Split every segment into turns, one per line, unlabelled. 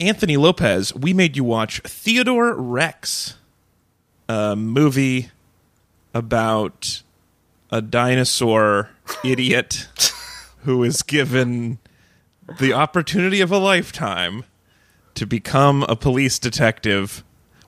Anthony Lopez, we made you watch Theodore Rex, a movie about a dinosaur idiot who is given the opportunity of a lifetime to become a police detective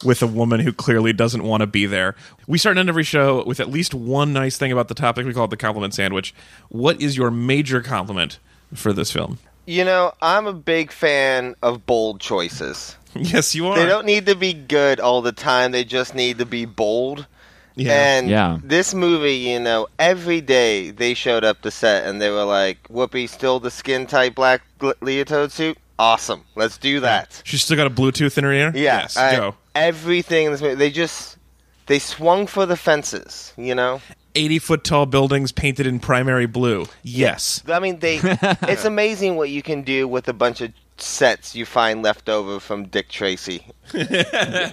with a woman who clearly doesn't want to be there. We start and end every show with at least one nice thing about the topic. We call it the compliment sandwich. What is your major compliment for this film?
You know, I'm a big fan of bold choices.
Yes, you are.
They don't need to be good all the time. They just need to be bold.
Yeah.
And
Yeah.
this movie, you know, every day they showed up to set and they were like, "Whoopi, still the skin tight black le- leotard suit? Awesome, let's do that."
She's still got a Bluetooth in her ear.
Yeah,
yes,
I-
go.
Everything in this movie, they just they swung for the fences. You know,
Eighty foot tall buildings painted in primary blue. Yes,
I mean, they. it's amazing what you can do with a bunch of sets you find left over from Dick Tracy.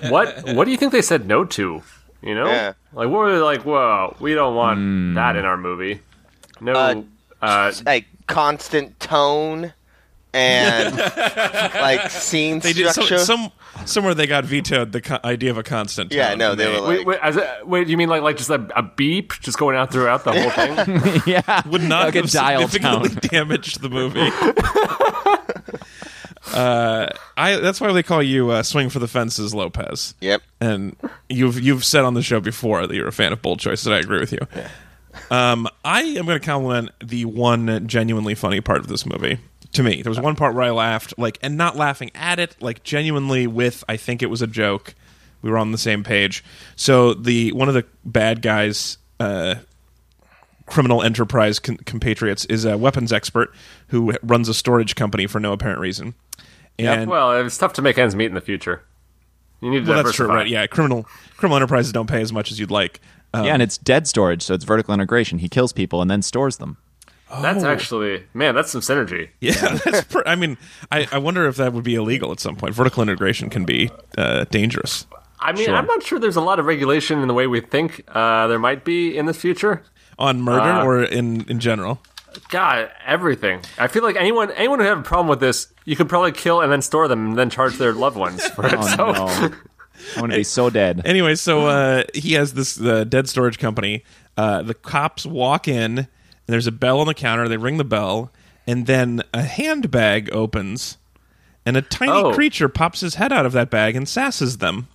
what what do you think they said no to? You know,
Yeah.
like what were they like? Whoa, we don't want
Hmm.
that in our movie. No,
Uh,
uh,
like constant tone and like scene
they did. Some,
structure.
some somewhere they got vetoed the co- idea of a constant.
Yeah,
tone.
no, they were
wait, wait, as a, wait, you mean like like just a, a beep just going out throughout the whole thing?
yeah,
would not
like a
have
dial
significantly
tone.
damaged the movie. uh, I that's why they call you uh, swing for the fences, Lopez.
Yep.
and you've you've said on the show before that you're a fan of bold choices. and I agree with you. Um, I am going to compliment the one genuinely funny part of this movie. To me, there was one part where I laughed, like, and not laughing at it, like, genuinely with I think it was a joke. We were on the same page. So the one of the bad guys, uh, criminal enterprise con- compatriots, is a weapons expert who runs a storage company for no apparent reason. And
well, it's tough to make ends meet in the future. You need to
well, that's
diversify.
true, right? Yeah, criminal criminal enterprises don't pay as much as you'd like. Um,
Yeah, and it's dead storage, so it's vertical integration. He kills people and then stores them.
that's actually man, that's some synergy.
Oh. yeah, that's. Per- I mean, I, I wonder if that would be illegal at some point. Vertical integration can be uh, dangerous.
I mean, I'm not sure there's a lot of regulation in the way we think uh, there might be in this future.
On murder or in, in general,
God, everything. I feel like anyone anyone who have a problem with this, you could probably kill and then store them and then charge their loved ones for it.
Oh
so,
no, I want to be so dead.
Anyway, so uh, he has this uh, dead storage company. Uh, the cops walk in, and there's a bell on the counter. They ring the bell, and then a handbag opens, and a tiny
Oh.
creature pops his head out of that bag and sasses them.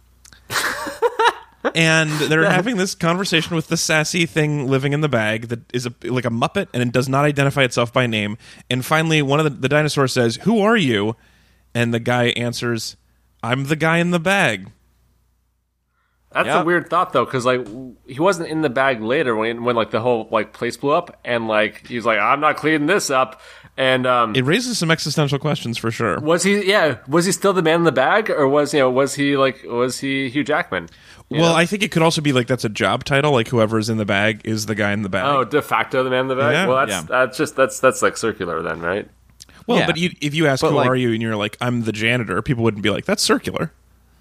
and they're having this conversation with the sassy thing living in the bag that is a, like a muppet and it does not identify itself by name. And finally, one of the, the dinosaurs says, "Who are you?" And the guy answers, "I'm the guy in the bag."
That's
Yeah.
a weird thought though, because like w- he wasn't in the bag later when when like the whole like place blew up and like he was like I'm not cleaning this up and um
It raises some existential questions for sure.
was he yeah was he still the man in the bag or was you know was he like was he Hugh Jackman? You
Well,
know?
I think it could also be like that's a job title, like whoever's in the bag is the guy in the bag.
oh de facto the man in the bag.
Yeah.
well, that's
Yeah.
that's just that's that's like circular then, right?
well,
yeah.
but you, if you ask
But,
who
like-
are you and you're like I'm the janitor, people wouldn't be like that's circular.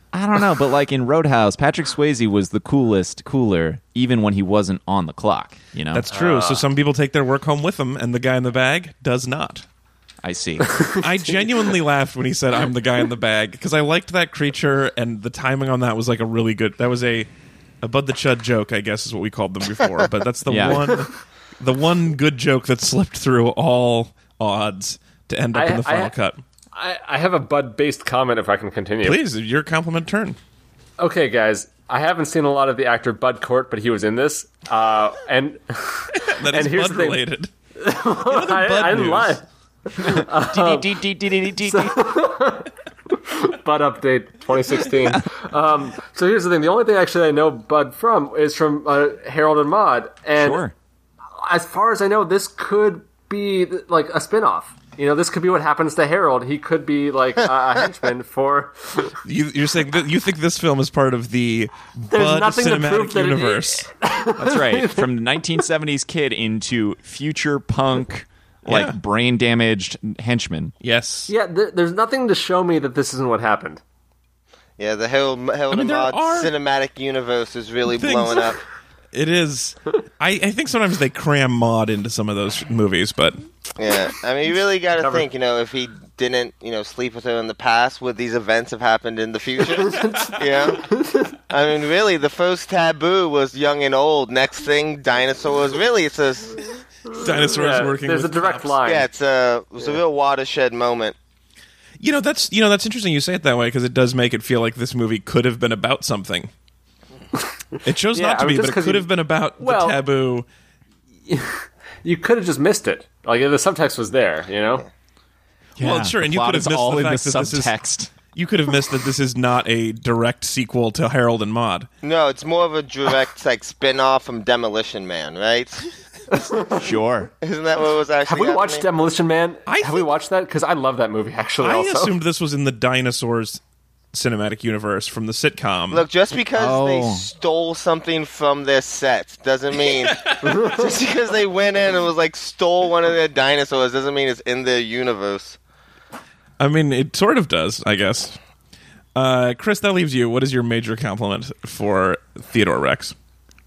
I don't know, but like in Roadhouse, Patrick Swayze was the coolest cooler, even when he wasn't on the clock. You know,
That's true. so some people take their work home with them, and the guy in the bag does not.
I see.
I genuinely laughed when he said I'm the guy in the bag because I liked that creature, and the timing on that was like a really good. That was a a Bud the Chud joke, I guess, is what we called them before. But that's the
Yeah.
one, the one good joke that slipped through all odds to end up
I-
in the final
I-
cut.
I, I have a Bud based comment if I can continue.
Please, your compliment turn.
Okay, guys, I haven't seen a lot of the actor Bud Cort, but he was in this. Uh, and
That
And
is
here's
blood
the thing.
related.
I,
Bud
I
news.
lied. Bud update 2016. um, so here's the thing: the only thing actually I know Bud from is from uh, Harold and Maude, and
Sure.
as far as I know, this could be like a spinoff. You know, this could be what happens to Harold. He could be like a, a henchman for.
You, you're saying that you think this film is part of the Bud
nothing to
cinematic
prove that it-
universe.
That's right. From 1970s kid into future punk, like
Yeah.
brain damaged henchman.
yes.
Yeah, th- there's nothing to show me that this isn't what happened.
yeah, the Harold, Harold
mean,
and
there
Maude
are
cinematic universe is really
things-
blowing up.
It is. I, I think sometimes they cram mod into some of those movies, but
Yeah, I mean, you really got to
Cover.
think. You know, if he didn't, you know, sleep with her in the past, would these events have happened in the future? yeah. I mean, really, the first taboo was young and old. Next thing, dinosaurs. Really, it's a
Dinosaurs
Yeah,
working.
there's
with
a direct
cops.
line.
yeah, it's a it was a real watershed moment.
You know that's you know that's interesting. You say it that way because it does make it feel like this movie could have been about something. It chose
Yeah,
not
I
to
mean,
be, but
just
it
'cause
could
you-
have been about
Well-
the taboo.
you could have just missed it. Like the subtext was there, you know.
Well, sure,
the
and you
plot
could have
is
missed
all
the
in
fact
the
that this is-
subtext.
You could have missed that this is not a direct sequel to Harold and Maude.
No, it's more of a direct like spin-off from Demolition Man, right?
Sure.
Isn't that what was actually
Have we watched
happening?
Demolition Man?
I
have we
think-
watched that? Because I love that movie. Actually,
I
also.
assumed this was in the dinosaurs cinematic universe from the sitcom.
Look, just because they
Oh.
stole something from their sets doesn't mean just because they went in and was like stole one of their dinosaurs doesn't mean it's in their universe.
I mean, it sort of does, I guess. Uh, Chris, that leaves you. What is your major compliment for Theodore Rex?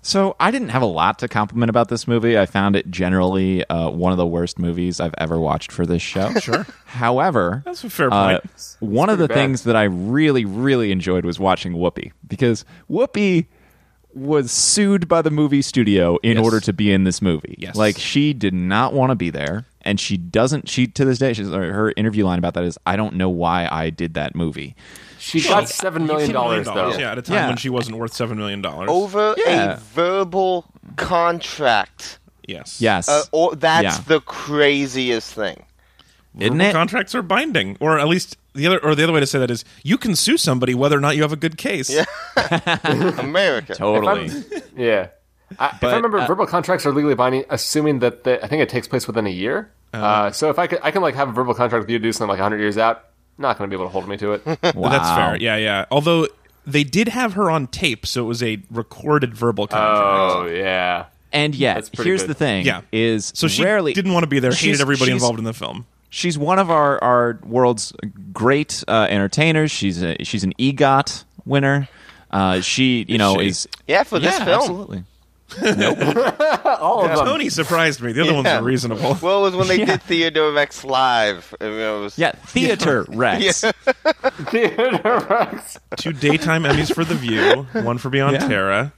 So I didn't have a lot to compliment about this movie. I found it generally uh, one of the worst movies I've ever watched for this show.
Sure.
However,
That's a fair
uh,
point.
one of the
pretty bad.
things that I really, really enjoyed was watching Whoopi because Whoopi was sued by the movie studio in
Yes.
order to be in this movie.
Yes.
Like she did not want to be there, and she doesn't. She to this day, she's, or her interview line about that is, "I don't know why I did that movie."
She got seven million dollars though.
Yeah, at a time
Yeah.
when she wasn't worth seven million dollars.
Over
Yeah.
a verbal contract.
yes,
Yes,
Uh, or that's
Yeah.
the craziest thing.
isn't
Verbal
it?
Contracts are binding, or at least the other, or the other way to say that is you can sue somebody whether or not you have a good case. Yeah.
America.
Totally.
Um, Yeah. uh, I, if I remember, verbal contracts are legally binding, assuming that the, I think it takes place within a year. Uh, so if I could, I can like have a verbal contract with you to do something like 100 years out. Not going to be able to hold me to it.
Wow.
That's fair. Yeah, yeah. Although they did have her on tape, so it was a recorded verbal contract.
oh yeah.
And yet,
pretty
here's
good.
the thing:
Yeah.
is
so she
rarely
didn't want to be there. Hated
She's-
everybody
she's-
involved in the film.
She's one of our, our world's great uh, entertainers. She's a, she's an EGOT winner. Uh, she you know
she?
is
Yeah, for this
Yeah,
film.
absolutely.
All of them.
Tony surprised me. The other ones
Yeah.
are reasonable.
Well, it was when they
Yeah.
did Theodore Rex live. I mean, it was-
Yeah, theater Rex.
Theodore Rex.
Two daytime Emmys for The View, one for Beyond
Yeah.
Terra,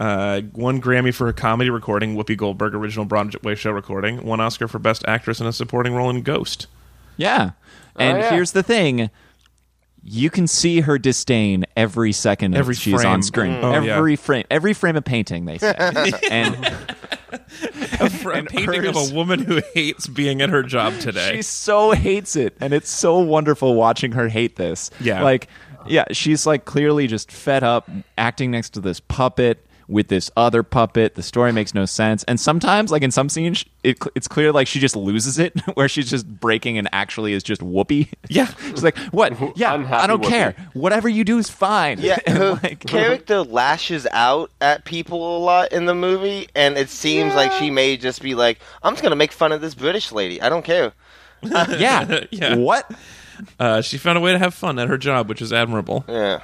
uh, one Grammy for a comedy recording, Whoopi Goldberg original Broadway show recording, one Oscar for Best Actress in a Supporting Role in Ghost.
Yeah.
Oh,
And
yeah.
here's the thing. You can see her disdain every second
Every
that she's
frame.
on screen.
Oh, yeah.
every frame, every frame of painting, they say. and
For a
And
painting of
hers-
a woman who hates being at her job today.
She so hates it, and it's so wonderful watching her hate this.
Yeah.
like yeah, she's like clearly just fed up acting next to this puppet with this other puppet. The story makes no sense, and sometimes, like in some scenes, it, it's clear like she just loses it, where she's just breaking and actually is just whoopee.
Yeah.
she's like, "What? Yeah,
Unhappy
I don't
Whoopi.
care. Whatever you do is fine."
Yeah,
And,
her
like-
character lashes out at people a lot in the movie, and it seems like she may just be like, "I'm just gonna make fun of this British lady. I don't care."
yeah,
Yeah.
What?
Uh, she found a way to have fun at her job, which is admirable.
Yeah,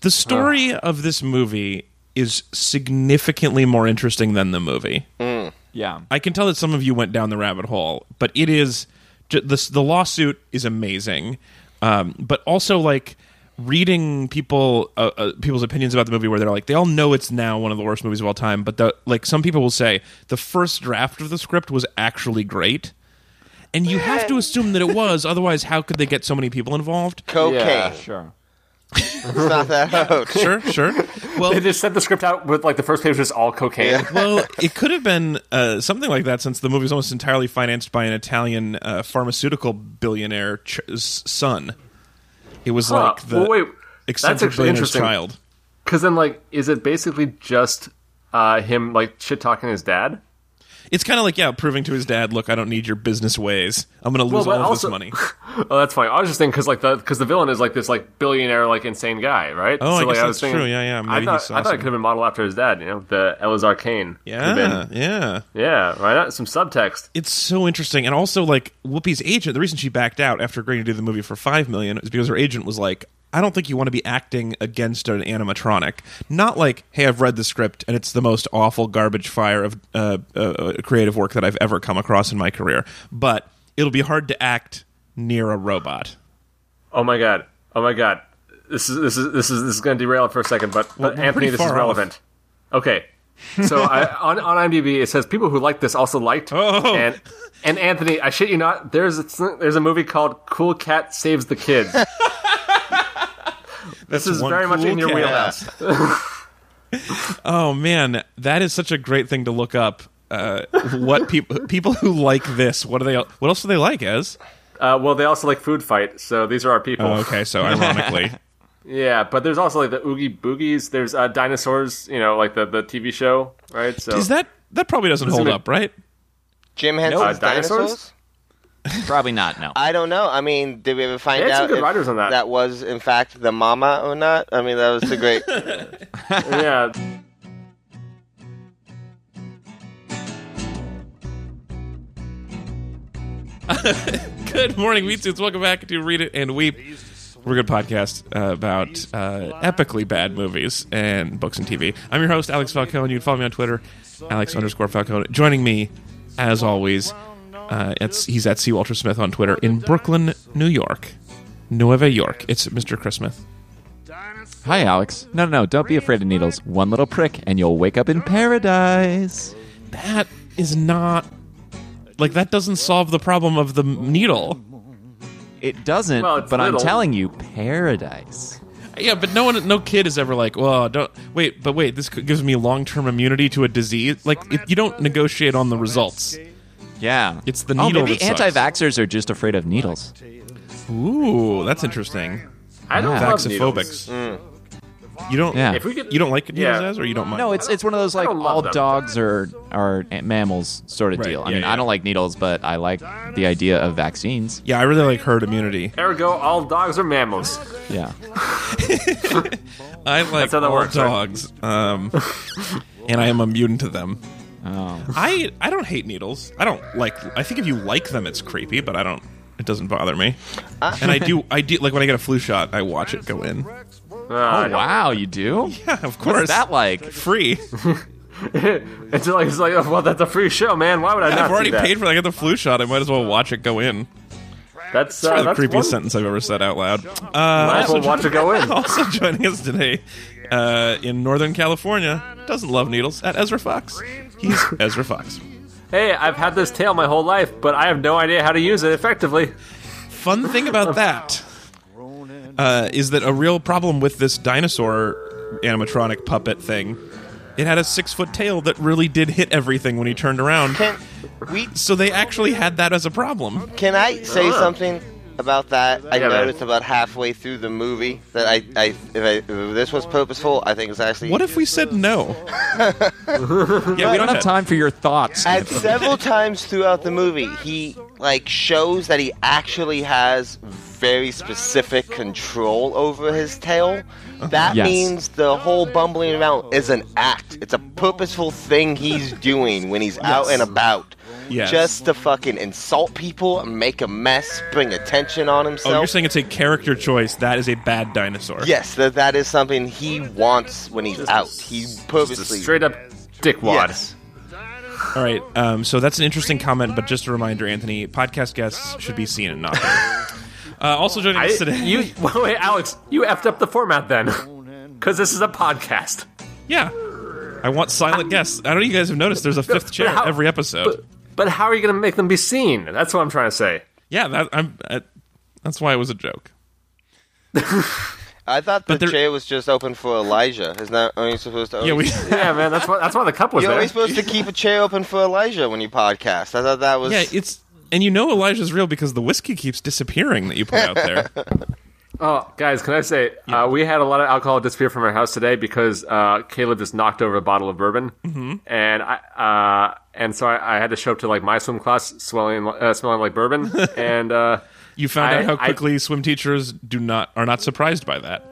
The story of this movie is significantly more interesting than the movie.
Yeah.
I can tell that some of you went down the rabbit hole, but it is ju- the the lawsuit is amazing, um, but also like reading people uh, uh, people's opinions about the movie where they're like they all know it's now one of the worst movies of all time, but the like some people will say the first draft of the script was actually great. And you have to assume that it was, otherwise, how could they get so many people involved?
cocaine.
Yeah.
Sure.
It's not that hard.
Sure, sure.
They
Well,
just sent the script out with like the first page was just all cocaine.
well, it could have been uh, something like that since the movie is almost entirely financed by an Italian uh, pharmaceutical billionaire ch- s- son. It was
Huh.
like the
Well, wait.
eccentric
actually
billionaire's
interesting.
child.
Because then, like, is it basically just uh, him like shit talking his dad?
It's kind of like yeah, proving to his dad, look, I don't need your business ways. I'm going to lose
but
all of
also-
this money.
Oh, that's funny. I was just thinking because like the because the villain is like this like billionaire like insane guy, right?
Oh, I
like,
guess
was
that's true. Yeah, yeah. Maybe
I
he
thought,
saw
I thought it
some-
could have been modeled after his dad. You know, the Elazar Kane. Could have
Yeah,
been.
yeah.
yeah. Right. That's Some subtext.
It's so interesting, and also like Whoopi's agent. The reason she backed out after agreeing to do the movie for five million is because her agent was like, "I don't think you want to be acting against an animatronic." Not like, "Hey, I've read the script, and it's the most awful garbage fire of uh, uh, uh, creative work that I've ever come across in my career." But it'll be hard to act near a robot.
Oh my god. Oh my god. This is this is this is this is going to derail it for a second, but
Well,
but
we're
Anthony,
pretty
this is
far off.
relevant. Okay. So I, on on IMDb it says people who liked this also liked
Oh.
and and Anthony, I shit you not, there's a, there's a movie called Cool Cat Saves the Kids.
That's
This is
one
very much
cool
in your
cat.
wheelhouse.
Oh man, that is such a great thing to look up. Uh, what people people who like this? What are they? What else do they like? As
Uh, well, they also like Food Fight, so these are our people.
oh, okay, so ironically,
Yeah, but there's also like the Oogie Boogies. There's uh, dinosaurs, you know, like the, the TV show, right? So
is that that probably doesn't hold
it-
up, right?
Jim Henson's
Uh, dinosaurs?
dinosaurs?
Probably not. No.
I don't know. I mean, did we ever find
They had some
out
good
if
writers on that.
was in fact the mama or not? I mean, that was the great.
yeah.
Good morning, meat suits. Welcome back to Read It and Weep. We're a good podcast uh, about uh, epically bad movies and books and TV. I'm your host, Alex Falcone. You can follow me on Twitter, Alex underscore Falcone. Joining me, as always, uh, it's, he's at C. Walter Smith on Twitter in Brooklyn, New York. Nueva York. It's Mr. Chris Smith.
Hi, Alex. No, no, no. Don't be afraid of needles. One little prick, and you'll wake up in paradise.
That is not. Like, that doesn't solve the problem of the m- needle.
It doesn't.
Well, it's
but
little.
I'm telling you, paradise.
Yeah, but no one, no kid is ever like, well, don't wait, but wait, this gives me long term immunity to a disease. Like, it, you don't negotiate on the results.
Yeah.
It's the
Oh,
needle
maybe
that sucks.
anti-vaxxers are just afraid of needles.
Ooh, that's interesting.
I don't
Yeah.
love needles.
Vaxophobics. You don't.
Yeah.
If we could,
You don't like needles,
Yeah.
Az, or you don't mind?
No, it's it's one of those like
don't love
all
them.
dogs are are mammals sort of
Right,
deal. I
yeah,
mean,
yeah.
I don't like needles, but I like the idea of vaccines.
yeah. I really like herd immunity.
Ergo, all dogs are mammals.
Yeah.
I like
how that
all
works, right?
dogs, um, and I am immune to them.
Oh.
I I don't hate needles. I don't like. I think if you like them, it's creepy, but I don't. It doesn't bother me. And I do. I do like when I get a flu shot. I watch it go in.
Uh,
Oh
I don't-
wow, you do?
Yeah, of course.
What's that like?
free.
it's like it's like oh, well, that's a free show, man. Why would I not
I've already
see that?
paid for. it. I got the flu shot. I might as well watch it go in.
That's uh,
Probably
that's
the creepiest
one-
sentence I've ever said out loud.
Might as
Uh,
well watch it go in.
also joining us today uh, in Northern California doesn't love needles at Ezra Fox. He's Ezra Fox.
Hey, I've had this tail my whole life, but I have no idea how to use it effectively.
Fun thing about that uh, is that a real problem with this dinosaur animatronic puppet thing. It had a six foot tail that really did hit everything when he turned around.
Can we?
So they actually had that as a problem.
Can I say something about that? I
Yeah, man.
noticed about halfway through the movie that I, I, if, I if this was purposeful, I think it's actually.
What if we said no? yeah,
We don't have time for your thoughts.
At several times throughout the movie, he like shows that he actually has very specific control over his tail. That
Yes.
means the whole bumbling around is an act. It's a purposeful thing he's doing when he's out and about.
Yes.
Just to fucking insult people, make a mess, bring attention on himself.
Oh, you're saying it's a character choice. That is a bad dinosaur.
yes, that that is something he wants when he's out. He purposely
Straight up dickwad.
Yes.
All right. Um, so that's an interesting comment, but just a reminder, Anthony, podcast guests should be seen and not heard. Uh, also joining
I,
us today,
you wait, Alex, you effed up the format then, because this is a podcast.
yeah, I want silent guests. I don't know if you guys have noticed. There's a fifth chair
how-
every episode.
But how are you going to make them be seen? That's what I'm trying to say.
Yeah, that, I'm. I, that's why it was a joke.
I thought the
there-
chair was just open for Elijah. Is not only supposed to?
Yeah, we.
Yeah, man, that's why that's why the cup was
You're
there.
always supposed to keep a chair open for Elijah when you podcast. I thought that was.
Yeah, it's and you know Elijah's real because the whiskey keeps disappearing that you put out there.
Oh, guys, can I say uh, we had a lot of alcohol disappear from our house today because uh, Caleb just knocked over a bottle of bourbon,
Mm-hmm.
and I uh, and so I, I had to show up to like my swim class swelling uh, smelling like bourbon, and uh,
You found
I-
out how
I-
quickly swim teachers do not are not surprised by that.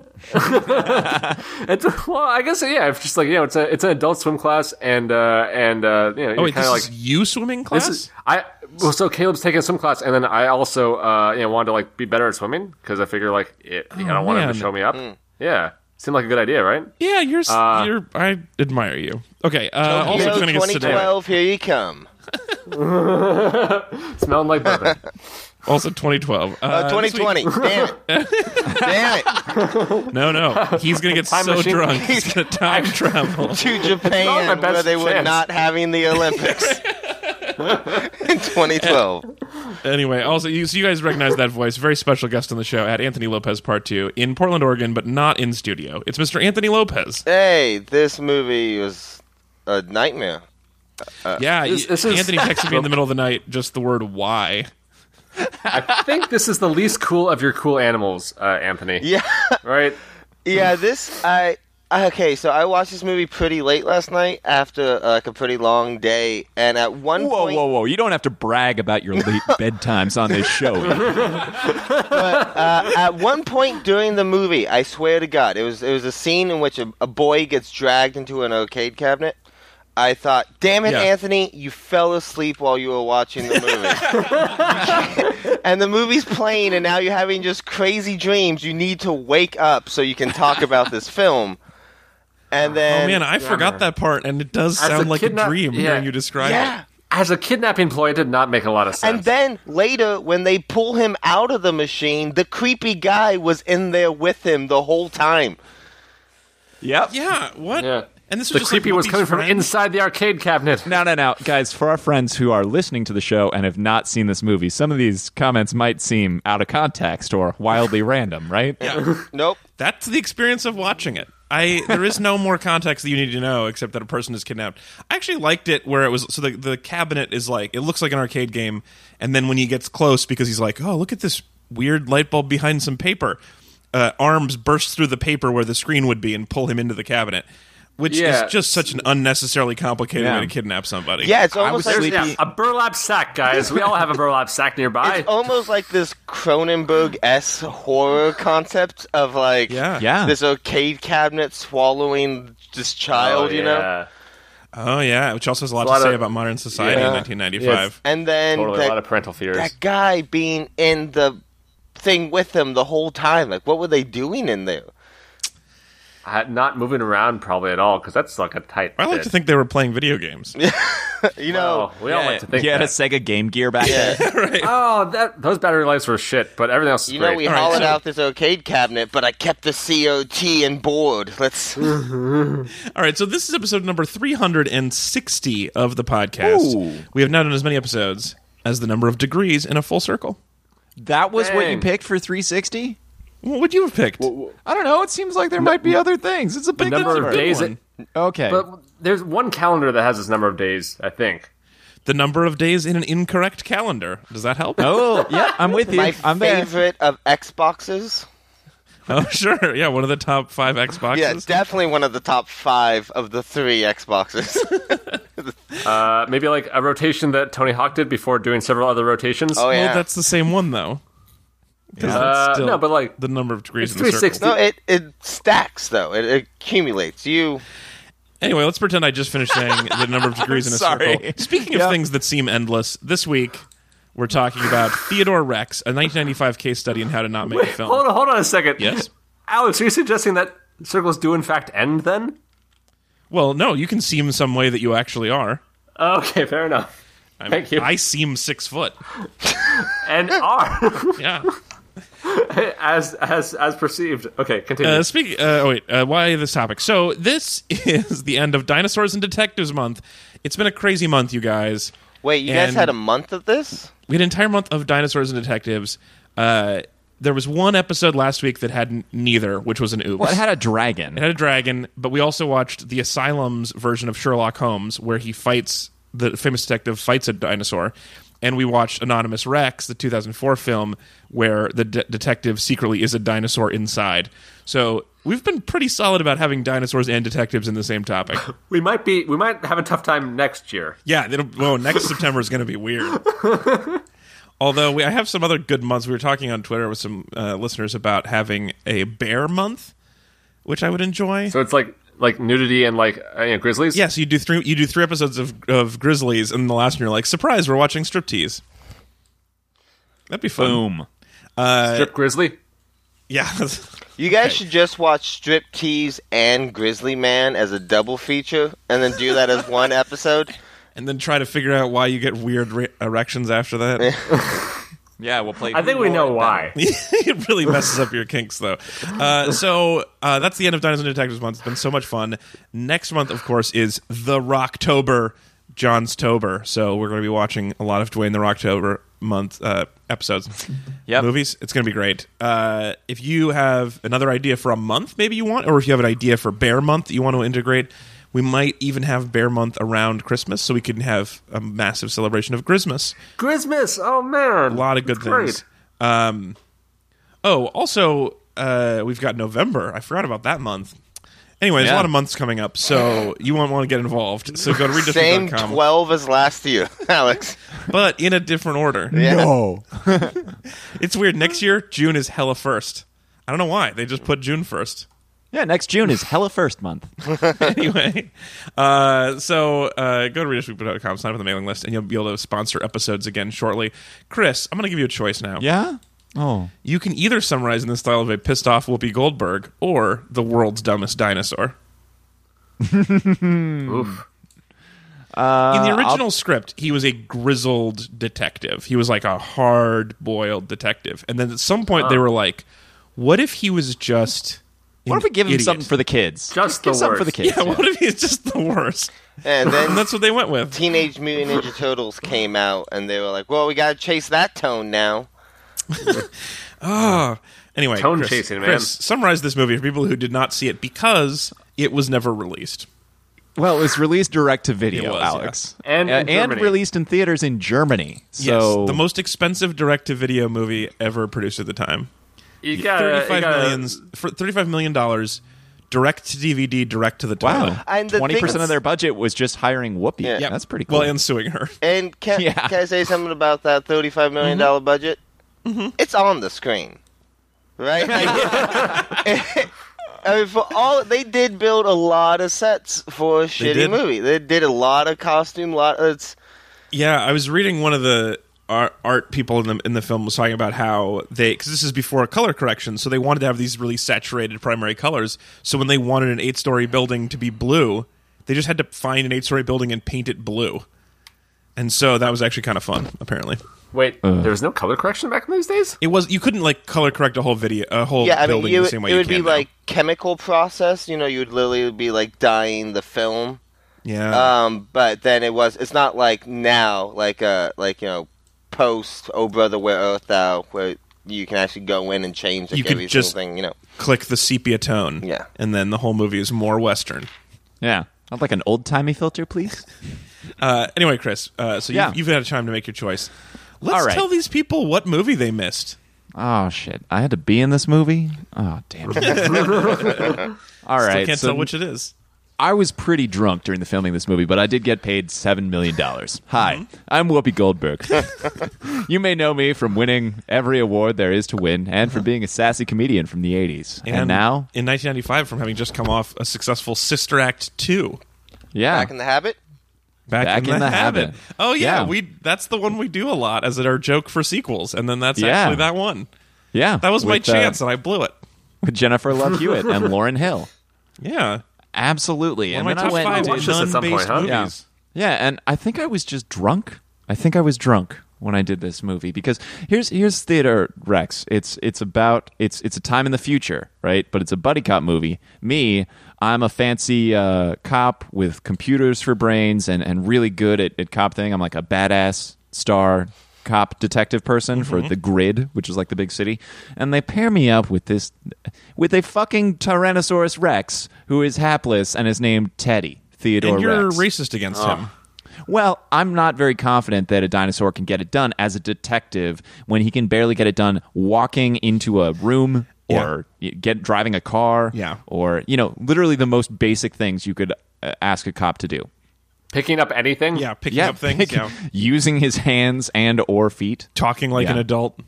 it's, well, I guess yeah, it's just like you know, it's a it's an adult swim class, and uh, and uh, you know,
Oh
you're
wait,
kind
this
of like
is you swimming class.
this is I. Well, so Caleb's taking a swim class, and then I also uh, you know wanted to like be better at swimming because I figure like it, I don't want him
Oh, man.
to show me up.
Hmm.
Yeah, seemed like a good idea, right?
yeah, you're. s you're. I admire you. Okay. Uh, also
Hello,
joining us today.
2012, here you come.
Smelling like bourbon.
Also 2012. Uh,
Uh,
this week-
2020. Damn it. Damn it.
No, no. He's going to get
Time
so
machine.
drunk. He's going to time travel.
To
not my
Japan,
best
where they were
chance.
not having the Olympics in 2012.
Anyway, also, you, so you guys recognize that voice. Very special guest on the show at Anthony Lopez Part 2 in Portland, Oregon, but not in studio. It's Mr. Anthony Lopez.
Hey, this movie was a nightmare.
yeah,
Uh, this-
y-
this is-
Anthony texted me in the middle of the night just the word why.
I think this is the least cool of your cool animals, uh, Anthony.
Yeah,
Right?
yeah. This I okay. So I watched this movie pretty late last night after uh, like a pretty long day, and at one
Whoa,
point,
whoa, whoa! You don't have to brag about your late bedtimes on this show.
at one point during the movie, I swear to God, it was it was a scene in which a, a boy gets dragged into an arcade cabinet. I thought, damn it,
Yeah.
Anthony, you fell asleep while you were watching the movie. and the movie's playing, and now you're having just crazy dreams. You need to wake up so you can talk about this film. And then,
Oh, man, I forgot that part, and it does sound
a
like a
kidnap-
dream
yeah.
hearing you describe
yeah.
it.
As a kidnapping ploy, it did not make a lot of sense.
And then later, when they pull him out of the machine, the creepy guy was in there with him the whole time.
yep.
Yeah, what?
Yeah.
And this was
the
just
creepy
like
was
Whoopi's
coming from
friend?
inside the arcade cabinet.
No, no, no, guys! For our friends who are listening to the show and have not seen this movie, some of these comments might seem out of context or wildly random, right?
Yeah.
Nope.
That's the experience of watching it. I there is no more context that you need to know except that a person is kidnapped. I actually liked it where it was so the the cabinet is like it looks like an arcade game, and then when he gets close because he's like, oh look at this weird light bulb behind some paper, uh, arms burst through the paper where the screen would be and pull him into the cabinet, which
Yeah.
is just such an unnecessarily complicated
Yeah.
way to kidnap somebody.
Yeah, it's almost
was
like
sleeping.
Yeah, a burlap sack, guys. We all have a burlap sack nearby.
It's almost like this Cronenberg s horror concept of like
yeah,
Yeah.
this arcade cabinet swallowing this child, you know.
Oh, Yeah.
Oh yeah, which also has a lot,
lot
to say
of-
about modern society
Yeah.
in 1995.
And then
Totally, a
that,
lot of parental fears.
that guy being in the thing with him the whole time. Like, what were they doing in there?
Uh, not moving around probably at all because that's like a tight.
I like
fit.
to think they were playing video games.
You
Oh,
know,
we all like to think.
you had a
that.
Sega Game Gear back then.
Oh, that those battery lives were shit, but everything else is
you
great.
know, we
All right,
hollowed
so-
out this arcade cabinet, but I kept the COT and board. Let's
All right, so this is episode number 360 of the podcast.
Ooh.
We have now done as many episodes as the number of degrees in a full circle.
That was what you
Dang.
picked for 360.
What would you have picked?
I don't know. It seems like there might be other things. It's a
the
big
number of
number.
days.
one.
It,
Okay.
but there's one calendar that has this number of days. I think.
the number of days in an incorrect calendar. Does that help?
oh, yeah. I'm with you.
my
I'm there.
favorite of Xboxes.
Oh, sure. Yeah, one of the top five Xboxes.
Yeah, definitely one of the top five of the three Xboxes.
Uh, maybe like a rotation that Tony Hawk did before doing several other rotations.
oh
Well,
yeah,
that's the same one, though. 'Cause
Uh, no, but like
the number of degrees
it's
in the circle.
360.
no. It it stacks though. It, it accumulates. You
Anyway, let's pretend I just finished saying the number of degrees in a
Sorry.
circle. Speaking of
Yeah.
things that seem endless, this week we're talking about Theodore Rex, a 1995 case study in how to not make a film.
hold on, hold on a second.
Yes.
Alex, are you suggesting that circles do in fact end then?
Well, no, you can seem some way that you actually are.
Okay, fair enough.
I
Thank you.
I seem six foot.
And are
Yeah.
as as as perceived. Okay, continue.
Uh, speaking. Uh, oh wait. Uh, why this topic? So this is the end of Dinosaurs and Detectives Month. It's been a crazy month, you guys.
wait. You guys
And-
had a month of this.
We had an entire month of Dinosaurs and Detectives. Uh, there was one episode last week that had n- neither, which was an oops.
Well, it had a dragon.
It had a dragon, but we also watched the Asylum's version of Sherlock Holmes, where he fights the famous detective fights a dinosaur, and we watched Anonymous Rex, the 2004 film, where the de- detective secretly is a dinosaur inside. So we've been pretty solid about having dinosaurs and detectives in the same topic.
we might be we might have a tough time next year.
yeah, it'll, well, next September is going to be weird. Although we, I have some other good months. We were talking on Twitter with some uh, listeners about having a bear month, which I would enjoy.
So it's like like nudity and like uh, you know, grizzlies.
Yes, you do three. You do three episodes of of Grizzlies, and the last one you're like, surprise, we're watching striptease. That'd be fun.
Boom.
strip grizzly.
Yeah,
You guys should just watch Strip Tease and Grizzly Man as a double feature, and then do that as one episode.
and then try to figure out why you get weird re- erections after that.
Yeah, we'll play.
I think we know why.
it really messes up your kinks, though. Uh, so uh, that's the end of Dinosaur Detectives month. It's been so much fun. Next month, of course, is the Rocktober, John's Tober. So we're going to be watching a lot of Dwayne the Rocktober month uh, episodes,
Yep.
movies. It's going to be great. Uh, if you have another idea for a month, maybe you want, or if you have an idea for Bear Month that you want to integrate. We might even have Bear Month around Christmas, so we can have a massive celebration of Christmas
Christmas. Oh man,
a lot of good
That's great.
things. Um, oh, also, uh, we've got November. I forgot about that month. Anyway, there's a
Yeah.
lot of months coming up, so you won't want to get involved. So go to
Same
readdistrict.com,
12 as last year, Alex.
but in a different order.
Yeah.
No.
It's weird. Next year, June is hella first. I don't know why. They just put June first.
Yeah, next June is hella first month.
anyway, uh, so uh, go to readdistrict.com, sign up on the mailing list, and you'll be able to sponsor episodes again shortly. Chris, I'm going to give you a choice now.
Yeah. Oh.
You can either summarize in the style of a pissed off Whoopi Goldberg or the world's dumbest dinosaur.
Oof.
in
Uh,
the original script, he was a grizzled detective. He was like a hard boiled detective. And then at some point, they were like, what if he was just.
Why don't we give him
idiot?
something for the kids? Just,
the
give something for the
worst.
kids.
Yeah, what if he's just the worst?
And
And
then
that's what they went with.
Teenage Mutant Ninja Turtles came out, and they were like, well, we got to chase that tone now.
Anyway,
Tone
Chris,
chasing, man.
Chris, summarize this movie for people who did not see it because it was never released.
Well, it was released direct to
It
video,
was,
Alex, Uh,
yeah. And in
and
Germany.
released in theaters in Germany. So
yes, the most expensive direct to video movie ever produced at the time.
You gotta, you
Thirty-five
gotta-
millions for thirty-five million dollars, direct to DVD, direct to the title.
wow,
And the
twenty
thing
percent
is-
of their budget was just hiring Whoopi.
Yeah.
Yep.
That's pretty cool.
Well, and suing her.
And can,
Yeah.
can I say something about that thirty-five million
Mm-hmm.
dollar budget? It's on the screen, right? Like, I mean, for all they did build a lot of sets for a shitty
did.
movie. They did a lot of costume. Lot. It's
Yeah, I was reading one of the art, art people in the in the film was talking about how they because this is before color correction, so they wanted to have these really saturated primary colors. So when they wanted an eight story building to be blue, they just had to find an eight story building and paint it blue. And so that was actually kind of fun. Apparently,
Wait, there was no color correction back in those days.
it was you couldn't like color correct a whole video, a whole
yeah. I mean,
building
you,
the same way.
it
you
would be
can now.
like chemical process. You know, you would literally be like dyeing the film.
yeah,
Um, but then it was. It's not like now, like uh, like you know, post Oh Brother Where Art Thou, where you can actually go in and change like
You could
every
just-
single thing. You know.
click the sepia tone.
Yeah.
and then the whole movie is more western.
yeah, I'd like an old timey filter, please.
Uh, anyway, Chris, uh, so
Yeah.
you've, you've had time to make your choice. Let's
All right.
tell these people what movie they missed.
Oh shit! I had to be in this movie. Oh damn! All right,
Still can't
so
tell which it is.
I was pretty drunk during the filming of this movie, but I did get paid seven million dollars.
Mm-hmm.
Hi, I'm Whoopi Goldberg. you may know me from winning every award there is to win, and
Uh-huh.
for being a sassy comedian from the '80s. And, now,
in 1995, from having just come off a successful Sister Act two,
yeah,
Back in the habit.
back,
Back in the Habit.
Oh yeah,
Yeah.
we that's the one we do a lot as our joke for sequels, and then that's
Yeah.
actually that one.
yeah,
That was my
with, uh,
chance, and I blew it.
with Jennifer Love Hewitt and Lauren Hill.
Yeah,
Absolutely,
one
and
of my
then I
top
went.
five
and
watch
did-
this at some
non-based
point, huh?
movies.
Yeah. Yeah, and I think I was just drunk. I think I was drunk when I did this movie because here's here's Theater Rex. It's it's about it's it's a time in the future, right? But it's a buddy cop movie. Me, I'm a fancy uh, cop with computers for brains and and really good at, at cop thing. I'm like a badass star cop detective person
Mm-hmm.
for the grid which is like the big city and they pair me up with this with a fucking tyrannosaurus rex who is hapless and is named teddy theodore
And you're
rex
racist against
Oh.
him.
well, I'm not very confident that a dinosaur can get it done as a detective when he can barely get it done walking into a room or y- get driving a car
Yeah.
or you know, literally the most basic things you could uh, ask a cop to do.
Picking up anything?
Yeah, picking up things.
pick-
yeah,
using his hands and or feet.
talking like
Yeah.
an adult.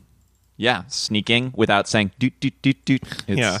Yeah, sneaking without saying doot doot doot doot. It's,
Yeah.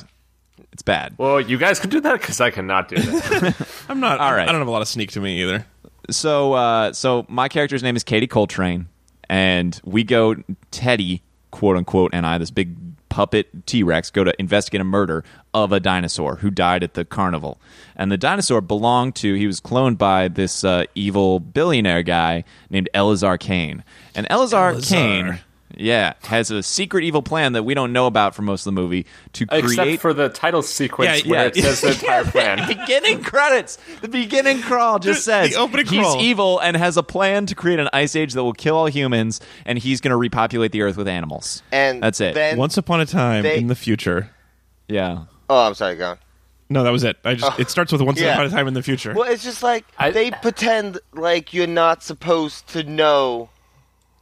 it's bad.
Well, you guys can do that because I cannot do that.
I'm not.
All
All
right.
I don't have a lot of sneak to me either.
so uh, so my character's name is Katie Coltrane, and we go Teddy, quote unquote, and I, this big puppet T Rex go to investigate a murder of a dinosaur who died at the carnival. And the dinosaur belonged to, he was cloned by this uh, evil billionaire guy named Elazar Kane. And Elazar,
Elazar.
Kane. Yeah, has a secret evil plan that we don't know about for most of the movie to
Except
create
for the title sequence
Yeah,
where
yeah.
it says the entire plan.
beginning credits. The beginning crawl just
The-
says
the opening
he's
crawl.
evil and has a plan to create an ice age that will kill all humans, and he's going to repopulate the earth with animals.
And
that's it.
Then,
Once upon a time
They-
in the future.
yeah,
oh, I'm sorry, go on.
No, that was it. I just it starts with once
Yeah.
upon a time in the future.
Well, it's just like
I-
they pretend like you're not supposed to know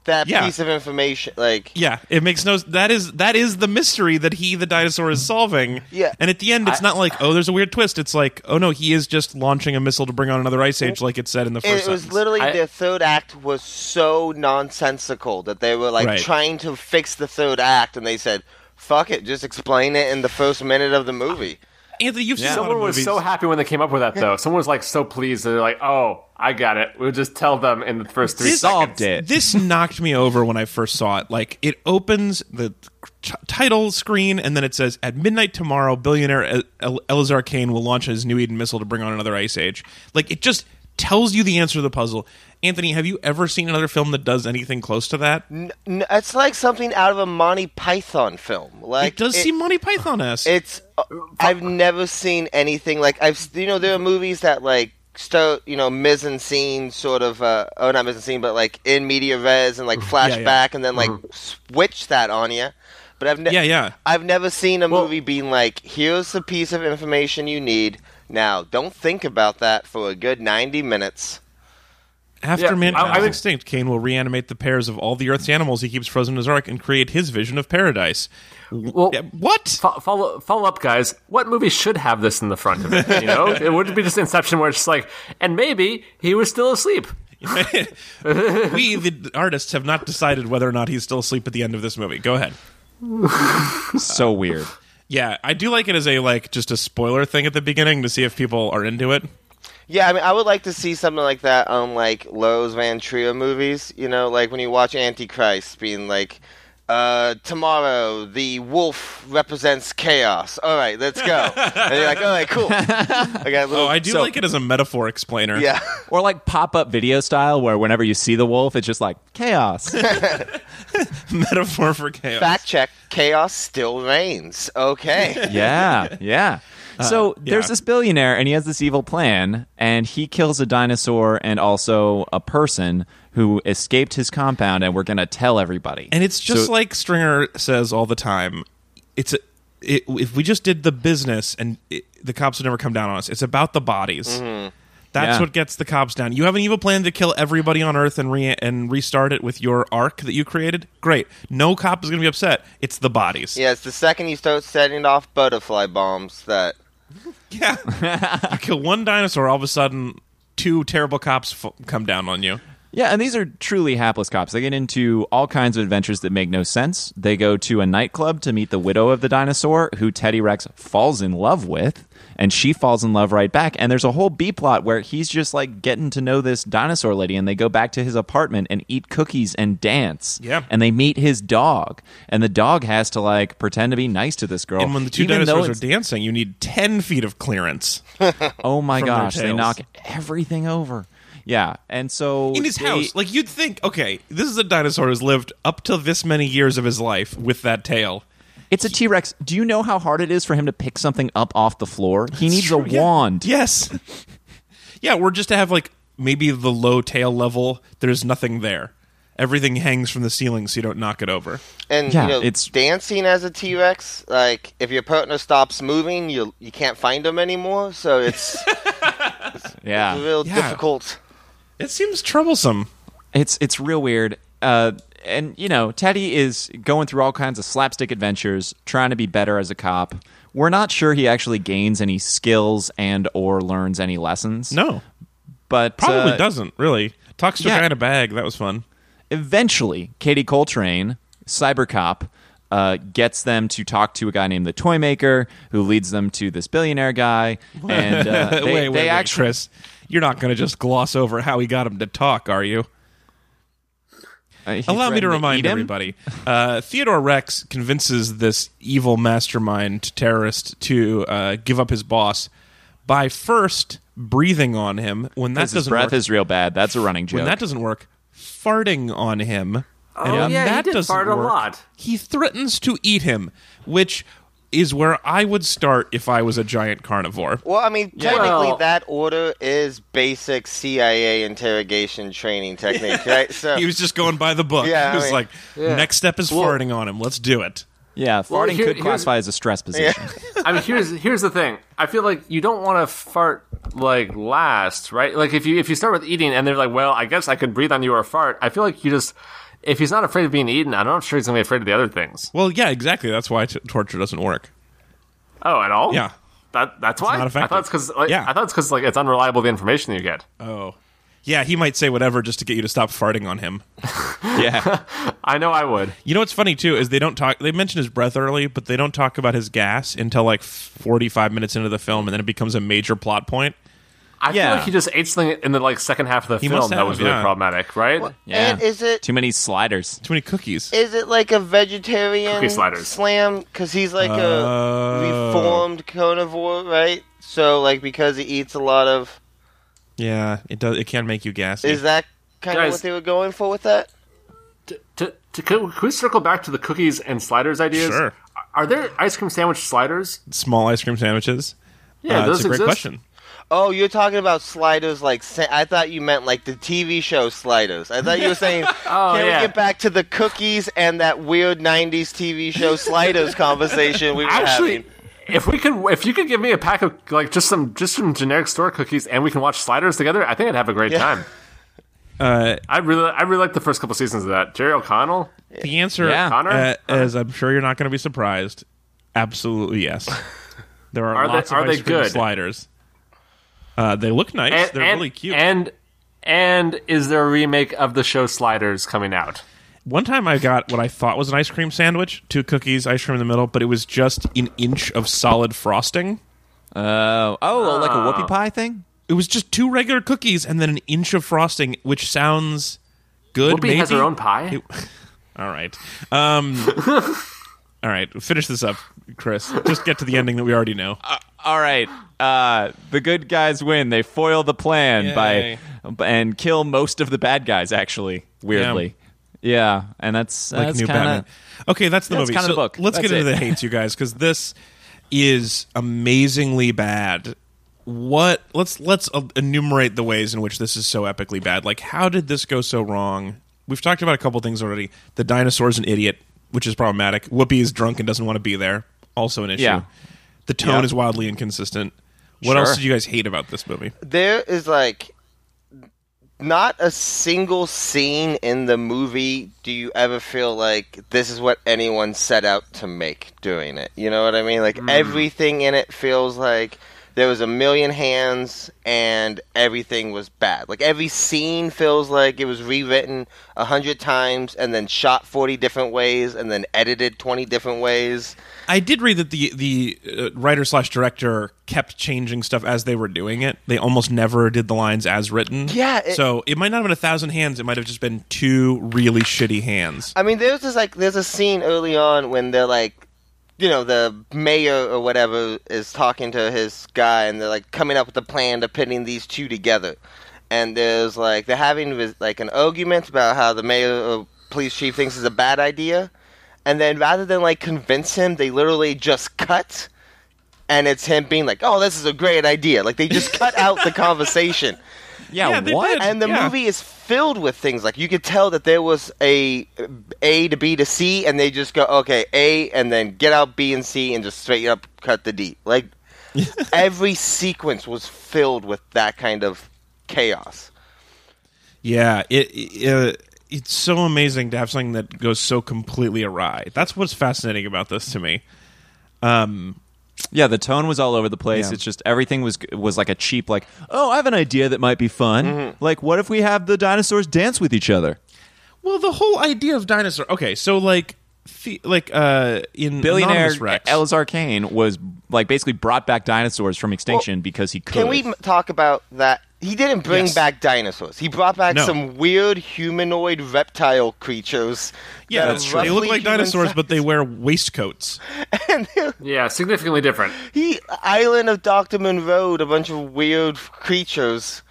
that
Yeah.
piece of information. Like,
Yeah, it makes no. That is that is the mystery that he, the dinosaur, is solving.
Yeah.
and at the end, it's not like oh, there's a weird twist. It's like oh no, he is just launching a missile to bring on another ice age, like it said in the
it
first.
was
sentence.
literally
I-
their third act was so nonsensical that they were like
Right.
trying to fix the third act, and they said, "Fuck it, just explain it in the first minute of the movie."
Anthony, you've seen a lot
Someone
of
was
movies.
so happy when they came up with that, though. Someone was like so pleased. They're like, "Oh, I got it. We'll just tell them in the first three
This-
solved
seconds."
it.
this knocked me over when I first saw it. Like it opens the t- title screen, and then it says, "At midnight tomorrow, billionaire El- El- Elazar Kane will launch his New Eden missile to bring on another ice age." Like it just tells you the answer to the puzzle. Anthony, have you ever seen another film that does anything close to that?
N- n- it's like something out of a Monty Python film. Like
it does seem Monty Python esque.
It's uh, I've never seen anything like I've s- you know there are movies that like start you know mise en scene sort of uh, oh not mise en scene but like in media res and like flashback and then like switch that on you. But I've ne-
Yeah, yeah.
I've never seen a
Well-
movie being like here's the piece of information you need now. Don't think about that for a good ninety minutes.
After
Yeah,
mankind's
I- I would-
extinct, Cain will reanimate the pairs of all the Earth's animals he keeps frozen in his ark and create his vision of paradise.
Well,
Yeah, What?
fo- follow follow up, guys. What movie should have this in the front of it? You know, it wouldn't be just Inception, where it's just like, and maybe he was still asleep.
we, the artists, have not decided whether or not he's still asleep at the end of this movie. Go ahead.
so weird.
Yeah, I do like it as a like just a spoiler thing at the beginning to see if people are into it.
Yeah, I mean, I would like to see something like that on like Lowe's Van Trier movies. You know, like when you watch Antichrist, being like, uh, "Tomorrow the wolf represents chaos." All right, let's go. and you're like, "All right, cool." I got a little.
Oh, I do
So-
like it as a metaphor explainer.
yeah.
Or like pop up video style, where whenever you see the wolf, it's just like chaos.
metaphor for chaos.
Fact check: chaos still reigns. Okay.
yeah, yeah. So
Uh,
there's
yeah.
this billionaire, and he has this evil plan, and he kills a dinosaur and also a person who escaped his compound, and we're going to tell everybody.
And it's just
So-
like Stringer says all the time. It's a, it, if we just did the business and it, the cops would never come down on us. It's about the bodies. That's
Mm-hmm. Yeah.
what gets the cops down. You have an evil plan to kill everybody on Earth and re- and restart it with your arc that you created. Great. No cop is going to be upset. It's the bodies.
Yes, the second you start setting off butterfly bombs, that
Yeah. you kill one dinosaur, all of a sudden, two terrible cops f- come down on you.
Yeah, and these are truly hapless cops. They get into all kinds of adventures that make no sense. They go to a nightclub to meet the widow of the dinosaur, who Teddy Rex falls in love with, and she falls in love right back. And there's a whole B plot where he's just like getting to know this dinosaur lady, and they go back to his apartment and eat cookies and dance.
Yeah.
And they meet his dog, and the dog has to like pretend to be nice to this girl.
And when the two
even though
dinosaurs
it's-
are dancing, you need 10 feet of clearance.
oh my
from their
gosh, they
tails.
knock everything over. Yeah, and so
in his
they-
house. Like you'd think, okay, this is a dinosaur who's lived up to this many years of his life with that tail.
It's a T Rex. Do you know how hard it is for him to pick something up off the floor? He needs a
True, yeah.
wand.
Yes. yeah, we're just to have like maybe the low tail level. There's nothing there. Everything hangs from the ceiling, so you don't knock it over.
and
Yeah,
you know,
it's-
dancing as a T Rex. Like, if your partner stops moving, you you can't find them anymore. So it's
Yeah,
real
Yeah.
difficult.
It seems troublesome.
it's it's real weird. Uh, and you know, Teddy is going through all kinds of slapstick adventures, trying to be better as a cop. We're not sure he actually gains any skills and or learns any lessons.
No,
but
probably
uh,
doesn't really. Talks to a
yeah.
guy in a bag. That was fun.
eventually Katie Coltrane, Cybercop, uh, gets them to talk to a guy named the Toy Maker, who leads them to this billionaire guy. And uh, they,
wait, wait,
they
wait,
actually
Chris, you're not going to just gloss over how he got him to talk, are you?
Uh, he
Allow me to
threatened
remind
eat him?
everybody uh, Theodore Rex convinces this evil mastermind terrorist to uh, give up his boss by first breathing on him. When that
His
doesn't
breath
work,
is real bad. That's a running joke.
when that doesn't work, farting on him. and
Oh, yeah,
when
he
that
did
doesn't
fart a
work,
lot.
He threatens to eat him, which is where I would start if I was a giant carnivore.
Well, I mean, technically,
Well-
that order is basic CIA interrogation training technique, right? So,
He was just going by the book.
Yeah, I
he was
mean-
like,
Yeah.
next step is
Well-
farting on him. Let's do it.
yeah, farting
Well, here-
could
here's-
classify as a stress position.
I mean, here's here's the thing. I feel like you don't want to fart like last, right? Like if you if you start with eating and they're like, well, I guess I could breathe on you or fart. I feel like you just if he's not afraid of being eaten, I'm not sure he's gonna be afraid of the other things.
Well, yeah, exactly. That's why t- torture doesn't work.
Oh, at all?
Yeah.
That that's why.
not
I
effective.
thought it's because like,
Yeah.
I thought it's because like it's unreliable the information you get.
Oh. Yeah, he might say whatever just to get you to stop farting on him.
yeah,
I know I would.
You know what's funny too is they don't talk. They mention his breath early, but they don't talk about his gas until like forty-five minutes into the film, and then it becomes a major plot point.
Yeah.
I feel like he just ate something in the like second half of the
He
film
must
that
have,
was really
yeah.
problematic, right?
Yeah.
and is it
too many sliders.
Too many cookies.
is it like a vegetarian
Cookie sliders.
slam? Because he's like
Oh.
a reformed carnivore, right? So, like, because he eats a lot of,
yeah, it does. It can make you gassy.
is that kind
Guys.
of what they were going for with that?
To, to, can we circle back to the cookies and sliders ideas?
Sure.
Are there ice cream sandwich sliders?
Small ice cream sandwiches.
Yeah,
uh,
those
that's a great
exist?
question.
Oh, you're talking about sliders like sa- I thought you meant like the TV show sliders. I thought you were saying can
yeah.
we get back to the cookies and that weird 90s TV show sliders conversation we were
Actually,
having.
if we could, if you could give me a pack of like just some just some generic store cookies, and we can watch sliders together, I think I'd have a great
Yeah.
time.
Uh,
I really, I really like the first couple seasons of that. Jerry O'Connell,
The answer,
Yeah.
Connor?
uh, as I'm sure you're not going to be surprised, absolutely yes. There are,
Are they-
lots
are
of ice
they
cream
good?
sliders. Uh, they look nice.
and,
They're
and-
really cute.
and and is there a remake of the show Sliders coming out?
One time I got what I thought was an ice cream sandwich, two cookies, ice cream in the middle, but it was just an inch of solid frosting.
Oh, oh, like a whoopie pie thing.
It was just two regular cookies and then an inch of frosting, which sounds good.
Whoopi has
maybe.
her own pie.
All right. Um, all right. Finish this up, Chris. Just get to the ending that we already know.
All right, uh, the good guys win. They foil the plan
Yay.
by and kill most of the bad guys. Actually, weirdly, yeah, and that's
like
that's
new
kind
Batman. Okay, that's the
that's
movie.
kinda
So
the book.
Let's
That's
get into
it.
the hates, you guys, because this is amazingly bad. What? Let's let's uh, enumerate the ways in which this is so epically bad. Like, how did this go so wrong? We've talked about a couple things already. The dinosaur's an idiot, which is problematic. Whoopi is drunk and doesn't want to be there, also an issue.
Yeah.
The tone
Yeah.
is wildly inconsistent. What
Sure.
else did you guys hate about this movie?
There is like not a single scene in the movie do you ever feel like this is what anyone set out to make doing it. You know what I mean? Like everything in it feels like there was a million hands and everything was bad. Like every scene feels like it was rewritten a hundred times and then shot forty different ways and then edited twenty different ways.
I did read that the the uh, writer slash director kept changing stuff as they were doing it. They almost never did the lines as written.
Yeah, it-
so it might not have been a thousand hands. It might have just been two really shitty hands.
I mean, there's this like there's a scene early on when they're like, you know, the mayor or whatever is talking to his guy, and they're like coming up with a plan to putting these two together. And there's like they're having this- like an argument about how the mayor or police chief thinks is a bad idea, and then rather than like convince him, they literally just cut. And it's him being like, "Oh, this is a great idea." Like they just cut out the conversation
of yeah.
Yeah, they
what?
did.
and the
Yeah.
movie is filled with things like you could tell that there was a A to B to C, and they just go okay A, and then get out B and C, and just straight up cut the D. Like every sequence was filled with that kind of chaos.
Yeah, it, it uh, it's so amazing to have something that goes so completely awry. That's what's fascinating about this to me.
Yeah, the tone was all over the place.
Yeah.
It's just everything was was like a cheap like, oh, I have an idea that might be fun. Like, what if we have the dinosaurs dance with each other?
Well, the whole idea of dinosaur. Okay, so like. The, like uh in
Billionaire
Anonymous Rex.
Elazar Kane was like basically brought back dinosaurs from extinction because he could.
Can we m- talk about that He didn't bring
Yes.
back dinosaurs. He brought back
No.
some weird humanoid reptile creatures.
Yeah,
that are
that's true. They look
roughly
like
human
dinosaurs,
size.
but they wear waistcoats.
Yeah, significantly different.
he Island of Doctor Monroe, a bunch of weird f- creatures,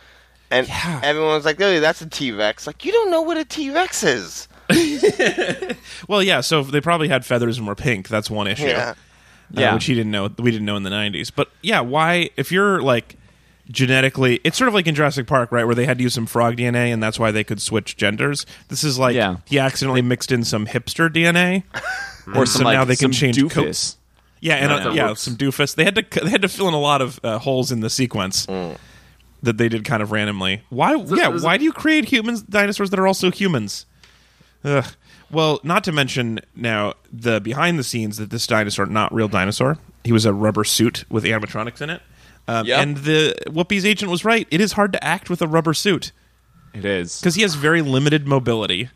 and
Yeah.
everyone's like, "Oh, that's a T Rex." Like, you don't know what a T Rex is.
Well, yeah, so they probably had feathers and were pink. That's one issue.
Yeah.
uh,
Yeah.
which he didn't know. We didn't know in the '90s. But yeah, why? If you're like genetically, it's sort of like in Jurassic Park, right, where they had to use some frog DNA, and that's why they could switch genders. This is like
Yeah.
he accidentally mixed in some hipster DNA,
or
and
some
so
like
now they can
some
change
doofus.
coats. Yeah, and
Not
uh,
the
yeah,
looks.
some doofus. They had to they had to fill in a lot of uh, holes in the sequence that they did kind of randomly. Why? yeah,
is-
why do you create humans dinosaurs that are also humans? Ugh. Well, not to mention now the behind the scenes that this dinosaur, not real dinosaur, he was a rubber suit with animatronics in it. Um,
Yeah.
And the Whoopi's agent was right. It is hard to act with a rubber suit
It is.
because he has very limited mobility.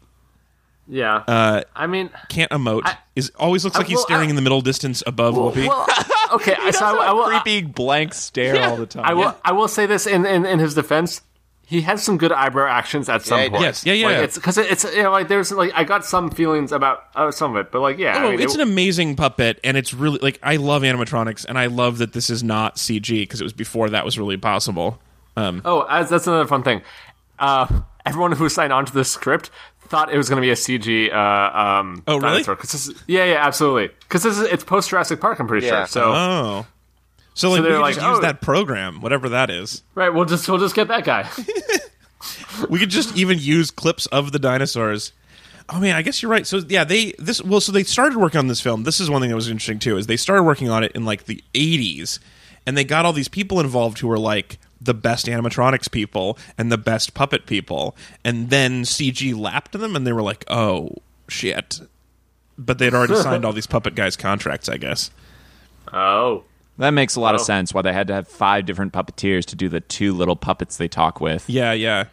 Yeah. Uh, I mean,
Can't emote. is always looks like he's
well,
staring
I-
in the middle distance above Whoopi.
well, okay. so I, I will,
Creepy blank stare all
Um,
the time.
I will. I will say this in, in, in his defense. He had some good eyebrow actions at some
Yeah, he
point.
did.
Yes, yeah, yeah,
Like,
yeah.
it's because it's you know like there's like I got some feelings about uh, some of it, but like yeah, I
Oh,
mean,
it's
it-
an amazing puppet, and it's really like I love animatronics, and I love that this is not CG because it was before that was really possible.
Oh, as, that's another fun thing. Uh, everyone who signed on to this script thought it was going to be a CG. Uh, um,
Oh, really?
dinosaur. 'Cause this is- yeah, yeah, absolutely. Because this is it's post Jurassic Park. I'm pretty
Yeah.
sure. So
Oh, so like
they're
we could
like,
just use
oh.
that program, whatever that is.
right, we'll just we'll just get that guy.
We could just even use clips of the dinosaurs. Oh man, I guess you're right. So yeah, they this well, so they started working on this film. This is one thing that was interesting too is they started working on it in like the 80s, and they got all these people involved who were like the best animatronics people and the best puppet people, and then CG lapped them, and they were like, oh shit. But they'd already signed all these puppet guys' contracts, I guess.
oh,
That makes a lot of
Oh.
sense why they had to have five different puppeteers to do the two little puppets they talk with.
Yeah, yeah.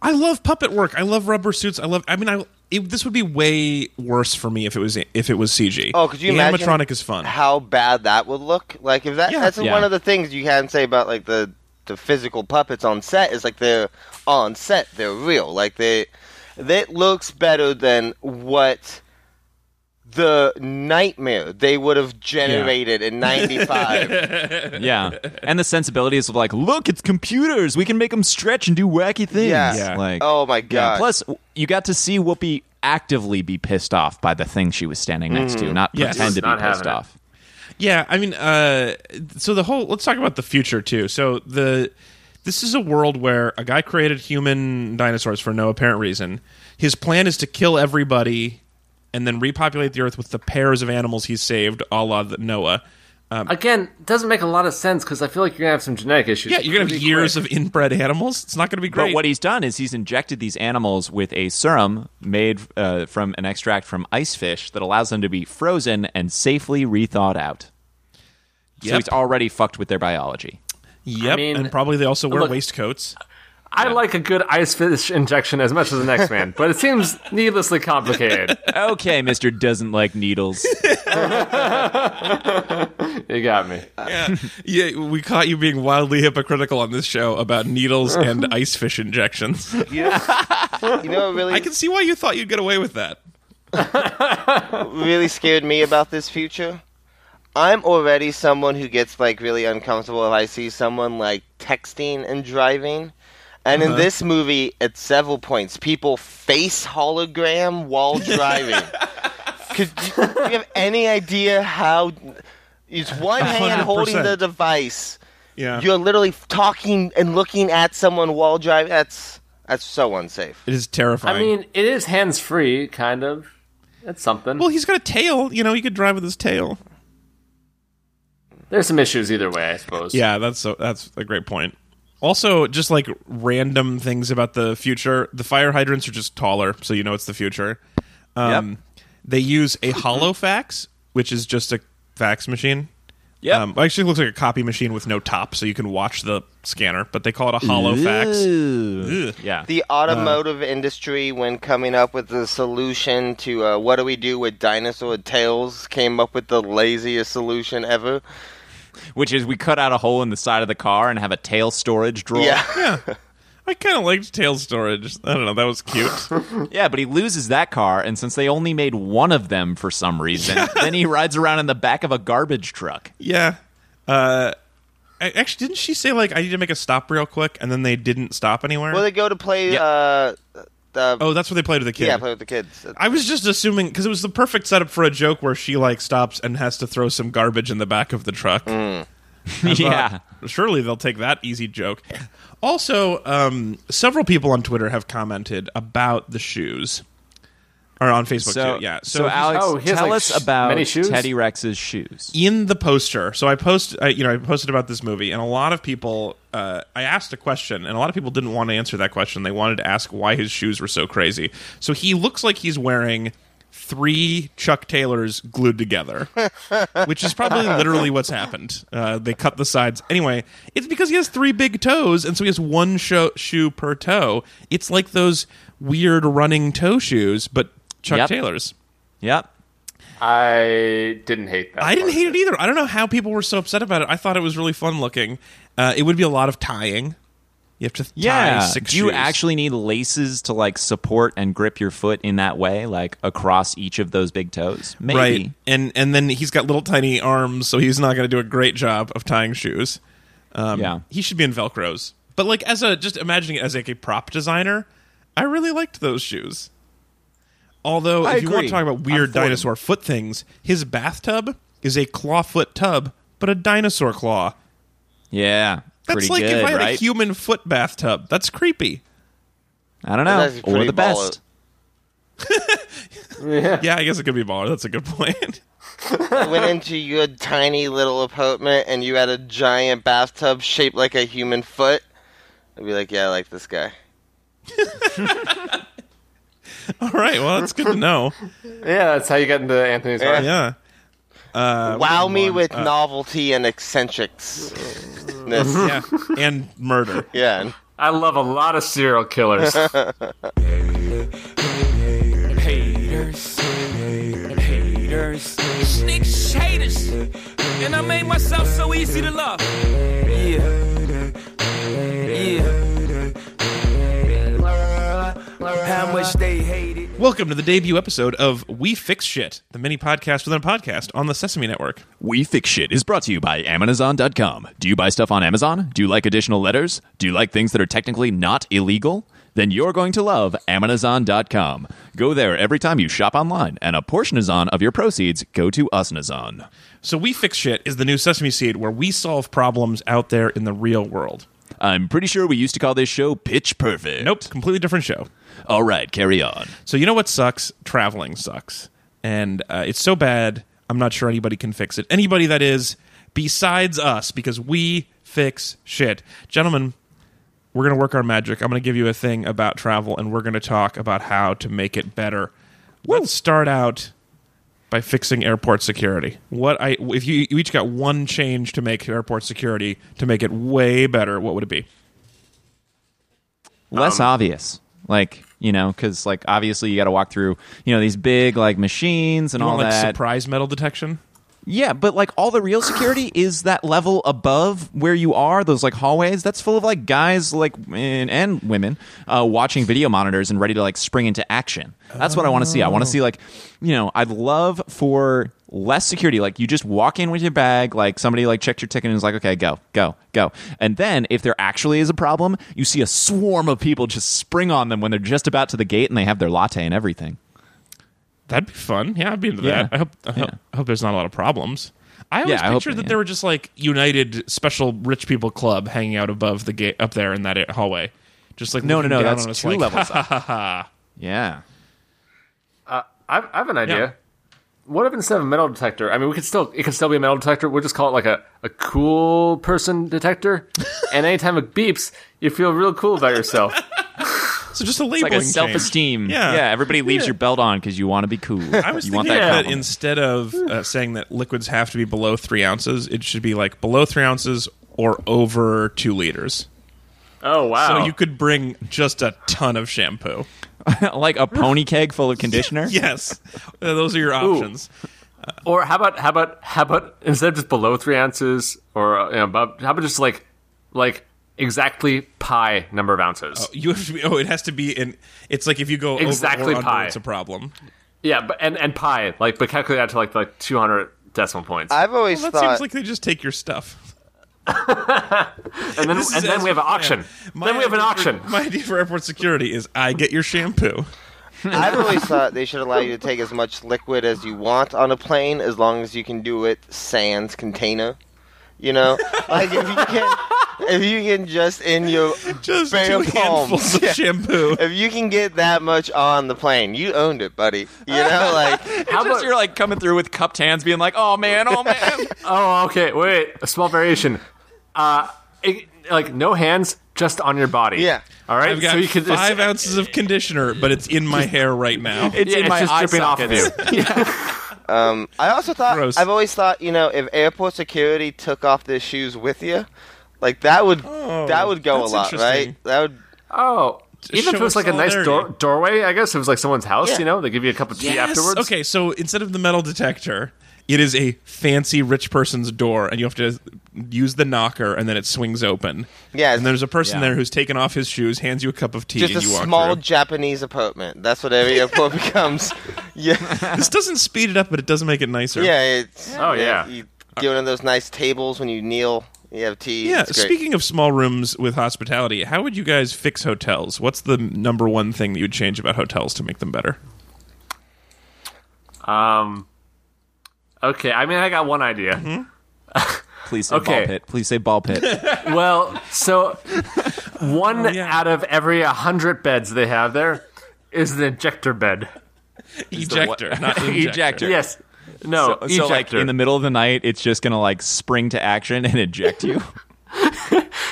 I love puppet work. I love rubber suits. I love. I mean, I it, this would be way worse for me if it was if it was CG.
Oh, could you
the
imagine
animatronic is fun.
How bad that would look. Like if that
Yeah.
that's
Yeah.
one of the things you can say about like the the physical puppets on set is like they're on set, they're real. Like they that looks better than what the nightmare they would have generated in 95
Yeah. and the sensibilities of like, look, it's computers. We can make them stretch and do wacky things.
Yeah.
Yeah.
Like,
oh my god
Yeah. Plus, w- you got to see Whoopi actively be pissed off by the thing she was standing next to, not
Yes.
pretend to
Not
be pissed
having it.
off.
Yeah, I mean, uh, so the whole let's talk about the future too. So the this is a world where a guy created human dinosaurs for no apparent reason. His plan is to kill everybody and then repopulate the earth with the pairs of animals he saved, a la the Noah. Um,
again, doesn't make a lot of sense because I feel like you're gonna have some genetic issues.
Yeah, you're gonna have
pretty
years
quick.
of inbred animals. It's not gonna be great.
But what he's done is he's injected these animals with a serum made uh, from an extract from ice fish that allows them to be frozen and safely thawed out. So
Yep.
he's already fucked with their biology.
yep,
I mean-
and probably they also wear
Look-
waistcoats.
I like a good ice fish injection as much as the next man, but it seems needlessly complicated.
Okay, Mister doesn't like needles.
You got me.
Yeah, we caught you being wildly hypocritical on this show about needles and ice fish injections.
you know what really
I can see why you thought you'd get away with that.
really scared me about this future. I'm already someone who gets like really uncomfortable if I see someone like texting and driving. And in this movie, at several points, people face hologram while driving. Could you, do you have any idea how? It's one hand holding the
100%.
device.
Yeah.
You're literally f- talking and looking at someone while driving. That's that's so unsafe.
It is
I
terrifying.
mean, it is hands free, kind of. That's something.
well, he's got a tail. You know, he could drive with his tail.
There's some issues either way, I suppose.
Yeah, that's so, that's a great point. Also, just like random things about the future, the fire hydrants are just taller, so you know it's the future. Um, They use a hollow fax, which is just a fax machine.
Yep.
Um, actually, it looks like a copy machine with no top, so you can watch the scanner. But they call it a hollow fax. Ugh.
yeah.
the automotive industry when coming up with the solution to uh, what do we do with dinosaur tails came up with the laziest solution ever
Which is we cut out a hole in the side of the car and have a tail storage drawer.
yeah
Yeah. I kind of liked tail storage. I don't know. That was cute.
Yeah, but he loses that car, and since they only made one of them for some reason, then he rides around in the back of a garbage truck.
Yeah. Uh, I, actually, didn't she say like I need to make a stop real quick, and then they didn't stop anywhere?
Well, they go to play.
Yeah.
Uh, the
oh, that's what they played with the kid.
yeah, play with the kids.
I was just assuming because it was the perfect setup for a joke where she like stops and has to throw some garbage in the back of the truck.
Mm.
I
yeah.
thought, surely they'll take that easy joke. Also, um, several people on Twitter have commented about the shoes, or on Facebook
So,
too. Yeah.
so,
if you
Alex,
Oh, he has,
tell
like,
us
sh-
about
many shoes?
Teddy Rex's shoes.
in the poster so i post I, you know i posted about this movie and a lot of people uh, i asked a question and a lot of people didn't want to answer that question they wanted to ask why his shoes were so crazy so he looks like he's wearing three chuck taylors glued together which is probably literally what's happened uh, they cut the sides anyway it's because he has three big toes and so he has one sho- shoe per toe it's like those weird running toe shoes but chuck
Yep.
taylors
Yep.
I didn't hate that.
I didn't
part.
hate it either. I don't know how people were so upset about it. I thought it was really fun looking. Uh, it would be a lot of tying. You have to tie
Yeah.
six
Do you
shoes.
actually need laces to like support and grip your foot in that way, like across each of those big toes? Maybe.
right? And and then he's got little tiny arms, so he's not going to do a great job of tying shoes.
yeah.
He should be in Velcros. But like as a just imagining it as like a prop designer, I really liked those shoes. Although
I
if you want
agree.
to talk about
I'm
weird
for them.
dinosaur foot things, his bathtub is a claw foot tub, but a dinosaur claw.
Yeah.
That's
pretty
like
good,
if I had a
right?
human foot bathtub. That's creepy.
I don't
That's
know.
actually
Or
pretty
the best.
Yeah, I guess it could be baller. That's a good point.
I went into your tiny little apartment and you had a giant bathtub shaped like a human foot. I'd be like, yeah, I like this guy.
All right, well, that's good to know.
Yeah, that's how you got into Anthony's heart.
Yeah.
wow me
ones,
with
uh,
novelty and eccentrics. yeah.
Yeah. And murder.
yeah.
I love a lot of serial killers.
haters, haters, snitch haters, and I made myself so easy to love. Yeah, yeah. How much they hate it.
Welcome to the debut episode of We Fix Shit, the mini podcast within a podcast on the Sesame Network.
We Fix Shit is brought to you by Amazon.com. Do you buy stuff on Amazon? Do you like additional letters? Do you like things that are technically not illegal? Then you're going to love Amazon.com. Go there every time you shop online, and a portion is on of your proceeds go to Usnazon.
So, We Fix Shit is the new Sesame Seed where we solve problems out there in the real world.
I'm pretty sure we used to call this show Pitch Perfect.
Nope, completely different show.
All right, carry on.
So, you know what sucks? Traveling sucks. And uh, it's so bad, I'm not sure anybody can fix it. Anybody that is, besides us, because we fix shit. Gentlemen, we're going to work our magic. I'm going to give you a thing about travel, and we're going to talk about how to make it better. Let's start out by fixing airport security. What I if you, you each got one change to make airport security to make it way better, what would it be?
less
Um,
obvious. Like you know, because like obviously you got to walk through you know these big like machines and
You
all
want like
that.
surprise metal detection?
Yeah, but like all the real security is that level above where you are, those like hallways. That's full of like guys like and, and women uh, watching video monitors and ready to like spring into action. That's what I want to see. I want to see like you know, I'd love for less security. Like you just walk in with your bag, like somebody like checked your ticket and was like, okay, go, go, go. And then if there actually is a problem, you see a swarm of people just spring on them when they're just about to the gate and they have their latte and everything.
That'd be fun. Yeah, I'd be into
Yeah.
that. I hope I, hope, I hope there's not a lot of problems. I always
Yeah, I hope-
pictured that
yeah.
there were just like United Special Rich People Club hanging out above the gate up there in that hallway. Just like
No, no,
looking
no.
down
That's
on us
two
like,
levels. up. yeah.
I, I have an idea.
Yeah.
What if instead of a metal detector? I mean, we could still it could still be a metal detector. We'll just call it like a, a cool person detector. and anytime it beeps, you feel real cool about yourself.
So just a
It's
labeling
like a
change.
self-esteem.
Yeah.
everybody leaves
Yeah.
your belt on because you want to be cool.
I was
you want
thinking
that
that,
compliment.
instead of uh, saying that liquids have to be below three ounces, it should be like below three ounces or over two liters.
Oh wow!
So you could bring just a ton of shampoo.
like a pony keg full of conditioner.
Yes, Uh, those are your options.
or how about how about how about instead of just below three ounces or uh, you know, above? How about just like like exactly pi number of ounces.
You have to be. Oh, it has to be in. It's like if you go
Exactly
over or under,
pi.
it's a problem.
Yeah, but and and pi like but calculate that to like like two hundred decimal points,
I've always
Well, that
thought
seems like they just take your stuff.
and then
is
and then
as-
we have an auction.
My
Then we have an
idea for-
auction.
my idea for airport security is I get your shampoo.
I've always thought they should allow you to take as much liquid as you want on a plane, as long as you can do it sans container. You know, like if you can, if you can just in your
Just
bare
two handfuls
palms.
of
Yeah.
shampoo.
If you can get that much on the plane, you owned it, buddy. You know, like
How
Just
about
you're like coming through with cupped hands, being like, "Oh man, oh man."
oh okay wait a small variation, uh it, like no hands just on your body.
Yeah.
all right.
I've got
so you could
five
it's,
ounces of conditioner, but it's in my hair right now.
It's
yeah,
in
it's
my
just
eye
dripping off of you.
sockets.
Um, I also thought
Gross.
I've always thought you know if airport security took off their shoes with you, like that would
Oh,
that would go a
that's
lot,
interesting.
right? That would
Oh, even if it
show
was like a nice door,
solidarity.
doorway, I guess it was like someone's house.
Yeah.
You know, they give you a cup of tea
Yes.
afterwards.
Okay, so instead of the metal detector, it is a fancy rich person's door, and you have to use the knocker, and then it swings open.
Yeah,
and there's a person
yeah.
there who's taken off his shoes, hands you a cup of tea,
just
and
a
you walk
small
through.
Japanese apartment. That's what every airport becomes. Yeah.
this doesn't speed it up, but it doesn't make it nicer.
Yeah, it's
Oh, yeah.
You get one of those nice tables when you kneel. You have tea.
Yeah,
it's great.
speaking of small rooms with hospitality, how would you guys fix hotels? What's the number one thing that you'd change about hotels to make them better?
Um. Okay, I mean, I got one idea.
Mm-hmm. Please say
Okay.
ball pit. Please say ball pit.
Well, so
Oh,
one
yeah.
out of every hundred beds they have there is an ejector bed.
Ejector, not injector.
Ejector.
Yes. No.
So, so, like
ejector.
in the middle of the night, it's just gonna like spring to action and eject you.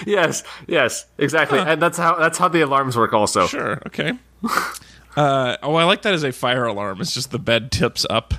yes. Yes. Exactly. And that's how that's how the alarms work. Also.
Sure. Okay. Uh, oh, I like that as a fire alarm. It's just the bed tips up.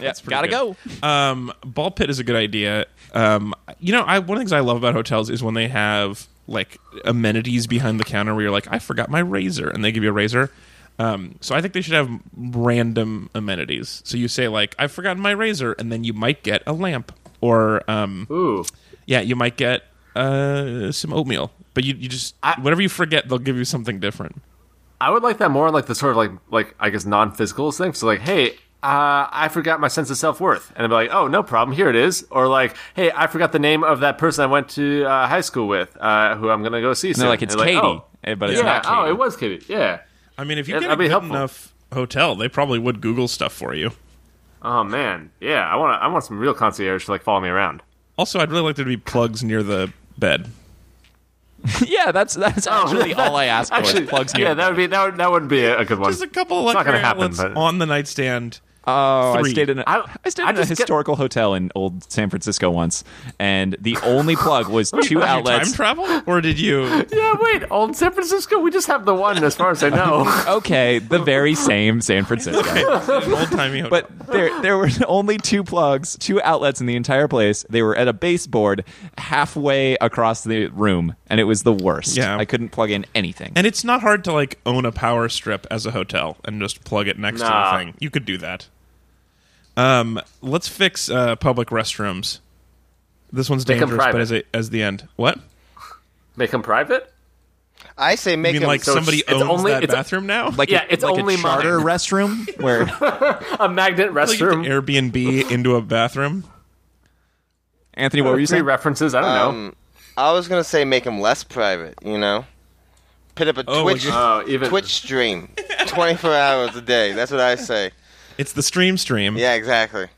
yeah, gotta
good. Um, ball pit is a good idea. Um, you know, I one of the things I love about hotels is when they have like amenities behind the counter where you're like, I forgot my razor, and they give you a razor. Um, so I think they should have random amenities. So you say like, I've forgotten my razor, and then you might get a lamp, or um,
Ooh.
yeah, you might get uh, some oatmeal. But you, you just whatever you forget, they'll give you something different.
I would like that more, like the sort of like like I guess non physical thing. So like, hey, uh, I forgot my sense of self worth, and I'd be like, oh, no problem, here it is. Or like, hey, I forgot the name of that person I went to uh, high school with, uh, who I'm gonna go see.
And they're like, it's Katie,
oh,
Eh, but it's
yeah,
not Katie.
oh, it was Katie. Yeah.
I mean, if you
Yeah,
get a
that'd be
good
helpful.
enough hotel, they probably would Google stuff for you.
Oh man, yeah. I want I want some real concierge to like follow me around.
Also, I'd really like there to be plugs near the bed.
yeah, that's that's actually all I asked for. is
Oh, Actually,
plugs
yeah,
here.
that would be that would, that wouldn't be a, a good one.
There's a couple
It's not
electric
gonna happen,
outlets
but-
on the nightstand.
Oh, I
Three.
stayed in a,
I-
I stayed
I
in a
just get-
historical hotel in old San Francisco once, and the only plug was two
Did you time
outlets.
travel, or did you?
yeah, wait, old San Francisco. We just have the one, as far as I know.
Okay, the very same San Francisco.
Old timey hotel.
But there, there were only two plugs, two outlets in the entire place. They were at a baseboard halfway across the room, and it was the worst.
Yeah.
I couldn't plug in anything.
and it's not hard to like own a power strip as a hotel and just plug it next
Nah.
to the thing. You could do that. Um, let's fix uh, public restrooms. This one's
'em
dangerous, but
private.
as a, as the end, what?
Make them private.
I say
I
make
mean,
them
like
so
somebody
it's
owns
only-
that
it's a-
bathroom now,
like
Yeah,
a,
it's
like
only
a charter
mine.
restroom where
A magnet
Like, you have
restroom.
to Airbnb into a bathroom.
Anthony, what were you
Three
saying?
references. I don't know.
Um, I was gonna say make them less private. You know, put up a
Oh,
Twitch
like a-
Oh, even
Twitch stream, twenty four hours a day. That's what I say.
It's the stream stream.
Yeah, exactly.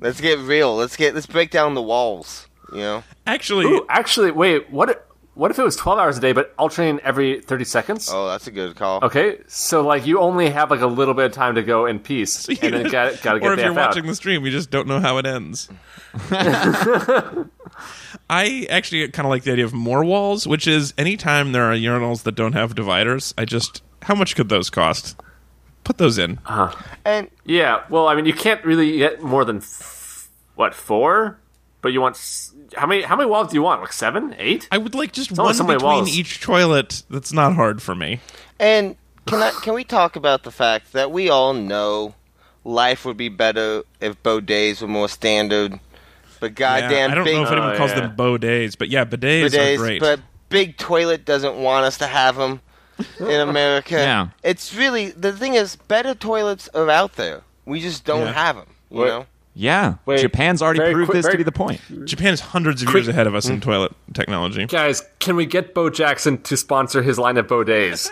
Let's get real. Let's get let's break down the walls. You know,
Actually,
Ooh, actually, wait. What? What if it was twelve hours a day, but alternating every thirty seconds?
oh, that's a good call.
Okay, so like you only have like a little bit of time to go in peace, and then gotta, gotta
or
get
if
the
you're
F out.
watching the stream, you just don't know how it ends. I actually kind of like the idea of more walls, which is anytime there are urinals that don't have dividers, I just how much could those cost? Put those in.
Uh,
And
yeah, well, I mean, you can't really get more than f- what four, but you want s- how many? How many walls do you want? Like seven, eight?
I would like just
only
one
so
between
many walls.
each toilet. That's not hard for me.
And can I can we talk about the fact that we all know life would be better if bidets were more standard, The
Yeah,
goddamn
Uh, I don't
big
know if anyone
Oh,
calls
yeah.
them bidets, but yeah, bidets,
bidets,
are great.
but Big Toilet doesn't want us to have them in America.
Yeah.
It's really the thing is better toilets are out there. We just don't
Yeah.
have 'em, have them. You
Wait.
know.
Yeah,
Wait,
Japan's already
very
proved
quick-
this to
very-
be the point.
Japan is hundreds of years ahead of
Mm.
us in toilet technology.
Guys, can we get Bo Jackson to sponsor his line of Bodays?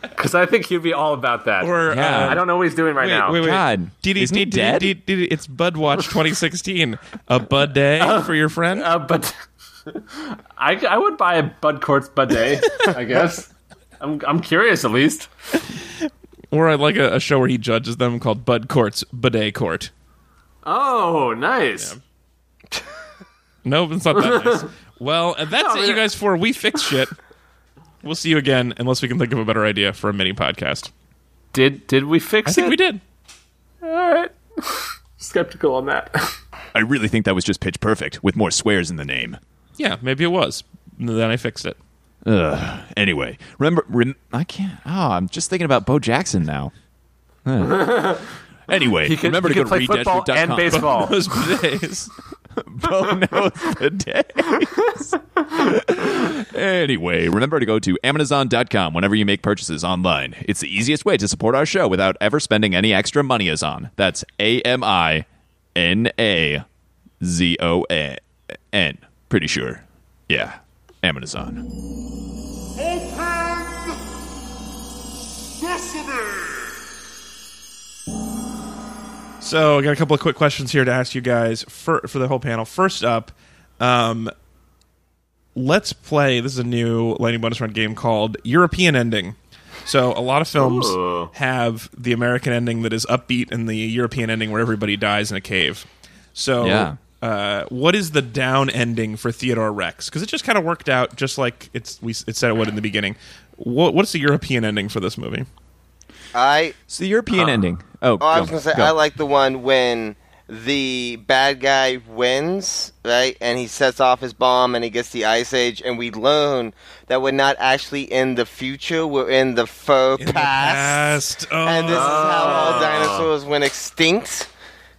Because I think he'd be all about that.
Or
Yeah.
uh,
I don't know what he's doing right
Wait,
now.
wait, wait.
God.
Diddy,
Isn't he
diddy,
dead?
diddy, diddy, it's Bud Watch 2016. A Bud Day for your friend?
Uh, but I, I would buy a Bud Quartz Bidet, I guess. I'm, I'm curious, at least.
or I like a, a show where he judges them called Bud Court's Bidet Court.
Oh, nice.
No, it's not that nice. Well, and that's
No, I
it, you
mean-
guys, for We Fix Shit. We'll see you again, unless we can think of a better idea for a mini podcast.
Did did we fix
I think
it?
we did.
All right. Skeptical on that.
I really think that was just pitch perfect with more swears in the name.
Yeah, maybe it was. Then I fixed it.
Ugh. Anyway, remember, rem- I can't. Oh, I'm just thinking about Bo Jackson now. Ugh. anyway,
He can,
remember
he
to go
can play
to
football and
read
baseball.
Those bidets.
Bo knows the days. anyway, remember to go to Amazon.com whenever you make purchases online. It's the easiest way to support our show without ever spending any extra money as on. That's A M I N A Z O A N. Pretty sure. Yeah. Amazon.
Open Sesame!
So I got a couple of quick questions here to ask you guys for for the whole panel. First up, um, let's play. This is a new lightning bonus round game called European Ending. So a lot of films
Ooh.
have the American ending that is upbeat, and the European ending where everybody dies in a cave. So
Yeah.
uh, what is the down ending for Theodore Rex? Because it just kind of worked out, just like it's we it said it would in the beginning. What, what's the European ending for this movie?
I
It's the European ending. Oh,
Oh, I
go,
was gonna say
go.
I like the one when the bad guy wins, right? And he sets off his bomb and he gets the ice age, and we learn that we're not actually in the future; we're in the faux
the
past.
past. Oh.
And this is how all dinosaurs went extinct.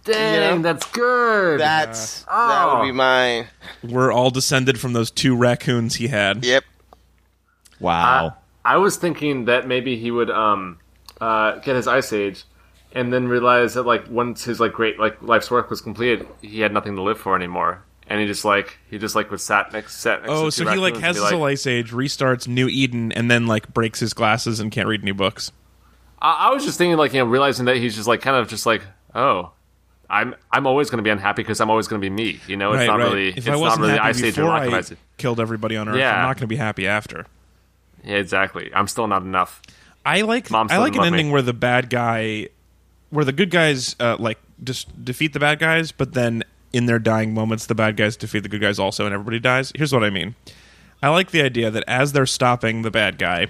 Dang,
Yeah.
that's good.
That's that would be mine.
We're all descended from those two raccoons he had.
Yep.
Wow.
I was thinking that maybe he would um, uh, get his Ice Age, and then realize that like once his like great like life's work was completed, he had nothing to live for anymore, and he just like he just like would sat next sat next.
Oh,
to
so
two
he like
raccoons and
has
be
his whole ice age, restarts New Eden, and then like breaks his glasses and can't read any books.
I, I was just thinking like you know realizing that he's just like kind of just like oh. I'm I'm always going to be unhappy because I'm always going to be me. You know, it's
right,
not
right.
really
if
it's
I
not
wasn't
really
happy
Ice Age or
before
lack of
I
Ice Age.
killed everybody on Earth,
Yeah.
I'm not going to be happy after.
Yeah, exactly. I'm still not enough.
I like
Mom
I
still
like an
didn't love
ending
me.
where the bad guy, where the good guys uh, like just defeat the bad guys, but then in their dying moments, the bad guys defeat the good guys also, and everybody dies. Here's what I mean. I like the idea that as they're stopping the bad guy,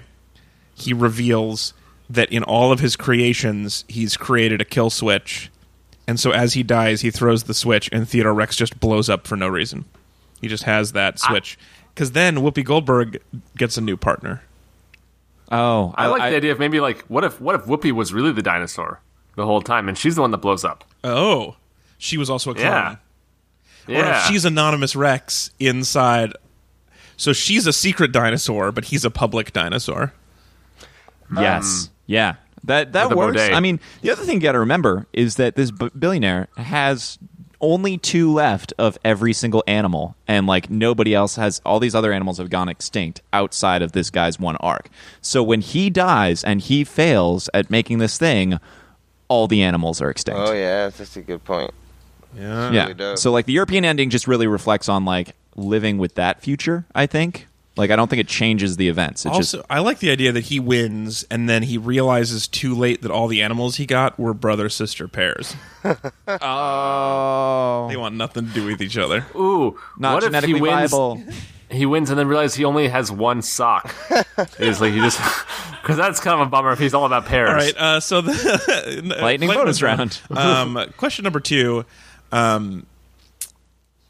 he reveals that in all of his creations, he's created a kill switch, and so as he dies, he throws the switch, and Theodore Rex just blows up for no reason. He just has that switch because then Whoopi Goldberg gets a new partner.
oh,
I, like the idea of maybe like what if what if Whoopi was really the dinosaur the whole time and she's the one that blows up.
Oh, she was also a clone.
Yeah.
Or
Yeah.
if she's anonymous Rex inside. So she's a secret dinosaur, but he's a public dinosaur.
Yes. yeah. Um, That that
With a
works.
bidet.
I mean, the other thing you got to remember is that this b- billionaire has only two left of every single animal, and like nobody else has. All these other animals have gone extinct outside of this guy's one arc. So when he dies and he fails at making this thing, all the animals are extinct.
Oh yeah, that's a good point.
yeah.
really dope.
so like the European ending just really reflects on like living with that future. I think. Like I don't think it changes the events. It
Also, I like the idea that he wins and then he realizes too late that all the animals he got were brother sister pairs.
just oh,
They want nothing to do with each other.
Ooh,
not
what if
genetically
he wins?
viable.
He wins and then realizes he only has one sock. it's like he just because that's kind of a bummer if he's all about pairs.
All right, uh, so the
Lightning bonus round.
um, question number two. Um,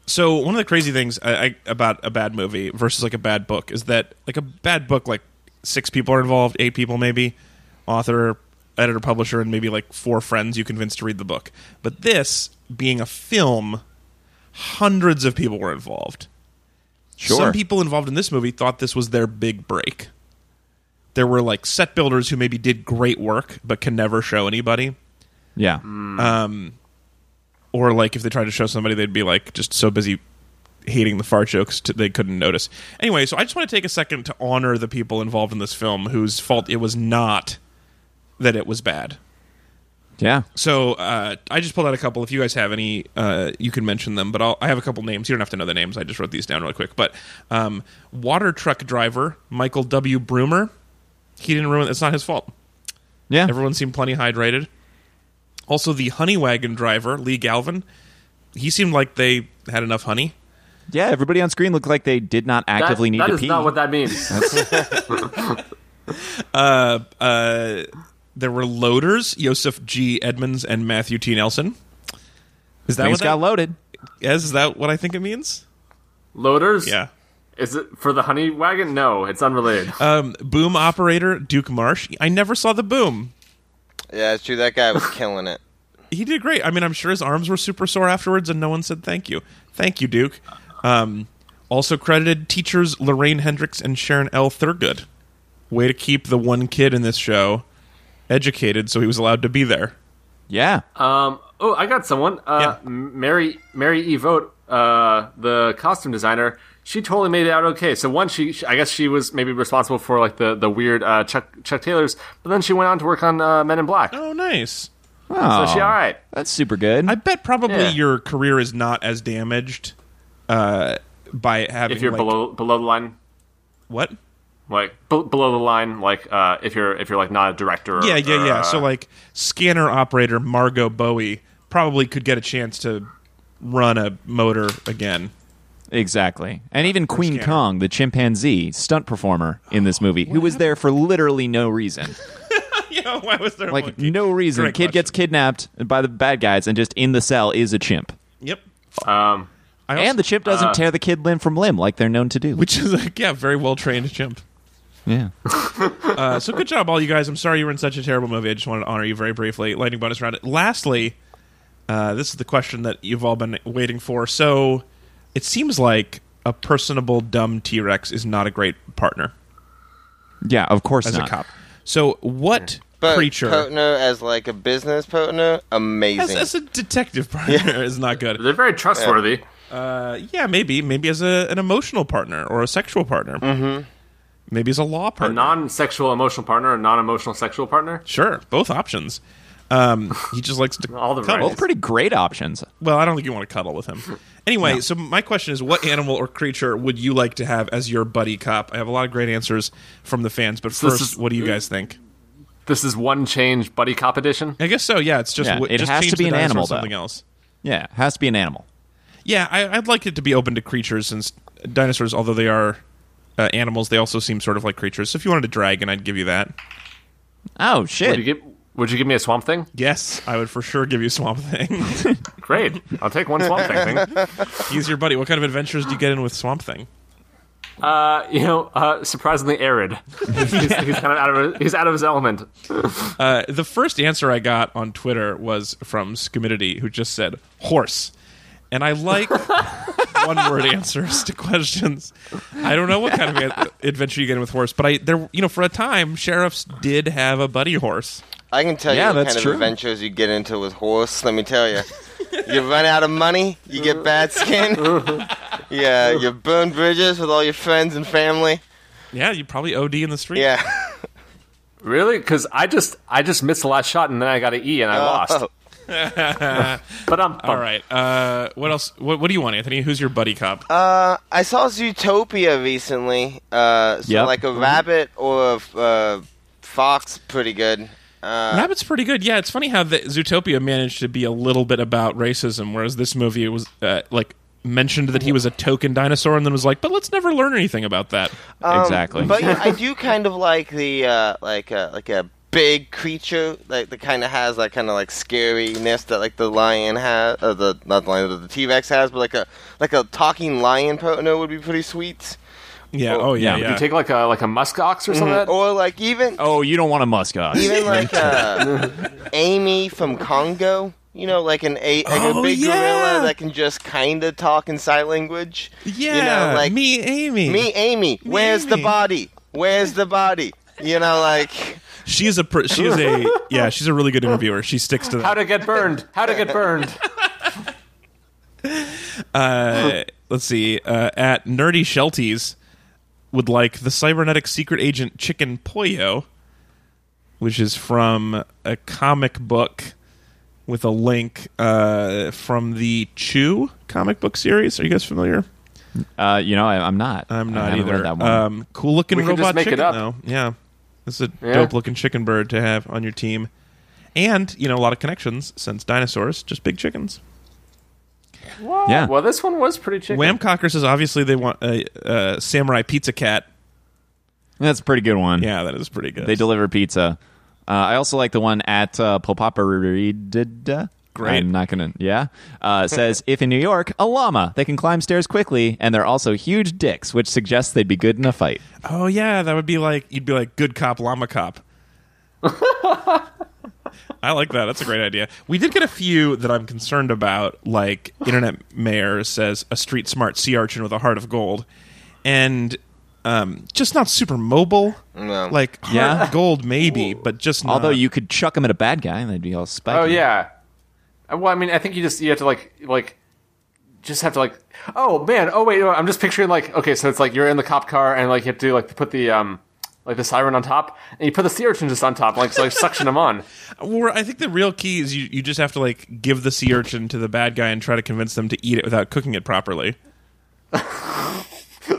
so one of the crazy things I, I, about a bad movie versus like a bad book is that like a bad book, like six people are involved, eight people maybe, author, editor, publisher, and maybe like four friends you convince to read the book. But this being a film, hundreds of people were involved.
Sure.
Some people involved in this movie thought this was their big break. There were like set builders who maybe did great work but can never show anybody.
yeah.
Mm.
Or like if they tried to show somebody, they'd be like just so busy hating the fart jokes t- they couldn't notice. Anyway, so I just want to take a second to honor the people involved in this film whose fault it was not that it was bad.
Yeah.
So uh, I just pulled out a couple. If you guys have any, uh, you can mention them. But I'll, I have a couple names. You don't have to know the names. I just wrote these down really quick. But um, water truck driver Michael W. Broomer, he didn't ruin. It's not his fault.
Yeah.
Everyone seemed plenty hydrated. Also, the honey wagon driver Lee Galvin, he seemed like they had enough honey.
yeah. Everybody on screen looked like they did not
That-
actively need
that
to
is
pee.
not what that means.
There were loaders Joseph G. Edmonds and Matthew T. Nelson. Is that
Things
what
got
that,
loaded.
yes, is that what I think it means?
Loaders?
Yeah.
Is it for the honey wagon? No, it's unrelated.
Um, boom operator Duke Marsh. I never saw the boom.
Yeah, it's true. That guy was killing it.
he did great. I mean, I'm sure his arms were super sore afterwards, and no one said thank you. Thank you, Duke. Um, also credited teachers Lorraine Hendricks and Sharon L. Thurgood. Way to keep the one kid in this show educated, so he was allowed to be there.
Yeah.
um, oh, I got someone. Uh,
Yeah.
M- Mary Mary Evote, uh, the costume designer. She totally made it out okay. So one, she, she I guess she was maybe responsible for like the the weird uh, Chuck Chuck Taylors, but then she went on to work on uh, Men in Black.
Oh, nice.
oh,
So she all right.
That's super good.
I bet probably
Yeah.
your career is not as damaged uh, by having
If you're
like-
below below the line,
what?
like b- below the line, like uh, if you're if you're like not a director. Or,
Yeah, yeah,
or,
yeah.
uh,
So like scanner operator Margot Bowie probably could get a chance to run a motor again.
exactly. And even Queen
scanner.
Kong, the chimpanzee stunt performer in this movie, who was there for literally no reason.
yeah, why was there one
Like
kid?
no reason.
Great
Kid gets
question.
kidnapped by the bad guys and just in the cell is a chimp.
Yep.
um,
I also-
And the chimp
uh,
doesn't tear the kid limb from limb like they're known to do.
which is like yeah, very well trained chimp.
yeah.
Uh, so good job, all you guys. I'm sorry you were in such a terrible movie. I just wanted to honor you very briefly. Lightning bonus round. Lastly, uh, this is the question that you've all been waiting for. So it seems like a personable dumb T Rex is not a great partner
Yeah, of course
as
not.
a cop. So what
But
creature?
Potno as like a business Potno,
as,
amazing.
as a detective partner is not good.
they're very trustworthy.
Uh, yeah, maybe maybe as a, an emotional partner or a sexual partner. Mm-hmm. Maybe as a law
A
partner.
non-sexual emotional partner, a non-emotional sexual partner.
Sure, both options. Um, he just likes to
All the
cuddle.
rights.
Pretty great options.
Well, I don't think you want to cuddle with him. Anyway, so my question is, what animal or creature would you like to have as your buddy cop? I have a lot of great answers from the fans, but
So this
first,
is-
what do you guys think?
This is one change buddy cop edition.
I guess so. Yeah, it's just
Yeah,
what-
it
just
has to
change
be
the
an
dinosaur
animal,
to something
though.
else.
Yeah, has to be an animal.
Yeah, I, I'd like it to be open to creatures since dinosaurs, although they are uh, animals, they also seem sort of like creatures. So if you wanted a dragon, I'd give you that.
Oh
Would
shit.
you give Would you give me a swamp thing?
Yes, I would for sure give you Swamp Thing.
Great, I'll take one swamp thing. thing.
He's your buddy. What kind of adventures do you get in with Swamp Thing?
Uh, you know, uh, surprisingly arid. he's, he's kind of out of he's out of his element.
Uh, the first answer I got on Twitter was from Scoomidity, who just said horse. And I like one word answers to questions. I don't know what kind of ad- adventure you get with horse, but I there you know for a time sheriffs did have a buddy horse.
I can tell
Yeah,
you what
that's
kind
true.
of adventures you get into with horse. Let me tell you. you run out of money, you get bad skin.
Uh-huh.
yeah, you burn bridges with all your friends and family.
Yeah, you probably OD in the street.
Yeah.
Really? Because I just I just missed the last shot and then I got an E and I lost.
Oh,
But um, I'm
All right. Uh, what else? What, what do you want, Anthony? Who's your buddy cop?
Uh, I saw Zootopia recently. Uh, so
Yep. Mm-hmm.
like a rabbit or a f- uh, fox, pretty good. Uh,
Rabbit's pretty good. Yeah, it's funny how the Zootopia managed to be a little bit about racism, whereas this movie was uh, like mentioned that he was a token dinosaur and then was like, but let's never learn anything about that.
exactly.
Um, But yeah, I do kind of like the uh, like a, like a big creature like that kind of has that kind of like scariness that like the lion has or the not the lion that the T Rex has, but like a like a talking lion partner would be pretty sweet.
Yeah. Oh, yeah.
Yeah.
yeah.
You take like a like a musk ox or something.
Or like even
Oh,
uh. oh, you don't want a musk ox.
even like uh, Amy from Congo. You know, like an a like
Oh,
a big
yeah.
gorilla that can just kind of talk in sign language.
Yeah,
you know, like
me, Amy.
me, Amy. where's the
Amy.
body? Where's the body? You know, like
She is a pr- she is a yeah. She's a really good interviewer. She sticks to that.
How to get burned? How to get burned?
Uh, let's see. Uh, at Nerdy Shelties would like the cybernetic secret agent Chicken Pollo, which is from a comic book with a link uh, from the Chew comic book series. Are you guys familiar?
Uh, you know, I, I'm not.
I'm
I
not
haven't
either.
read that one.
Um, cool looking
We could
robot
just make it
chicken,
up.
though. Yeah, this is a
Yeah.
dope looking chicken bird to have on your team, and you know a lot of connections since dinosaurs just big chickens.
yeah.
Well, this one was pretty chicken.
Whamcocker says obviously they want a, a samurai pizza cat.
That's a pretty good one.
Yeah, that is pretty good.
They deliver pizza. Uh, I also like the one at uh, Popaparida.
Great.
I'm not gonna. Yeah, uh, says if in New York, a llama. They can climb stairs quickly, and they're also huge dicks, which suggests they'd be good in a fight.
Oh yeah, that would be like you'd be like good cop llama cop. I like that. That's a great idea. We did get a few that I'm concerned about. Like Internet Mayor says, a street smart sea urchin with a heart of gold, and um, just not super mobile.
No.
Like heart
Yeah.
gold maybe, but just not.
Although you could chuck them at a bad guy, and they'd be all spiky.
Oh yeah. Uh, Well, I mean, I think you just you have to like like just have to like. Oh man. Oh wait. no, I'm just picturing like okay, so it's like you're in the cop car and like you have to like put the um like the siren on top and you put the sea urchin just on top like so like suction them on.
Well, I think the real key is you, you just have to like give the sea urchin to the bad guy and try to convince them to eat it without cooking it properly.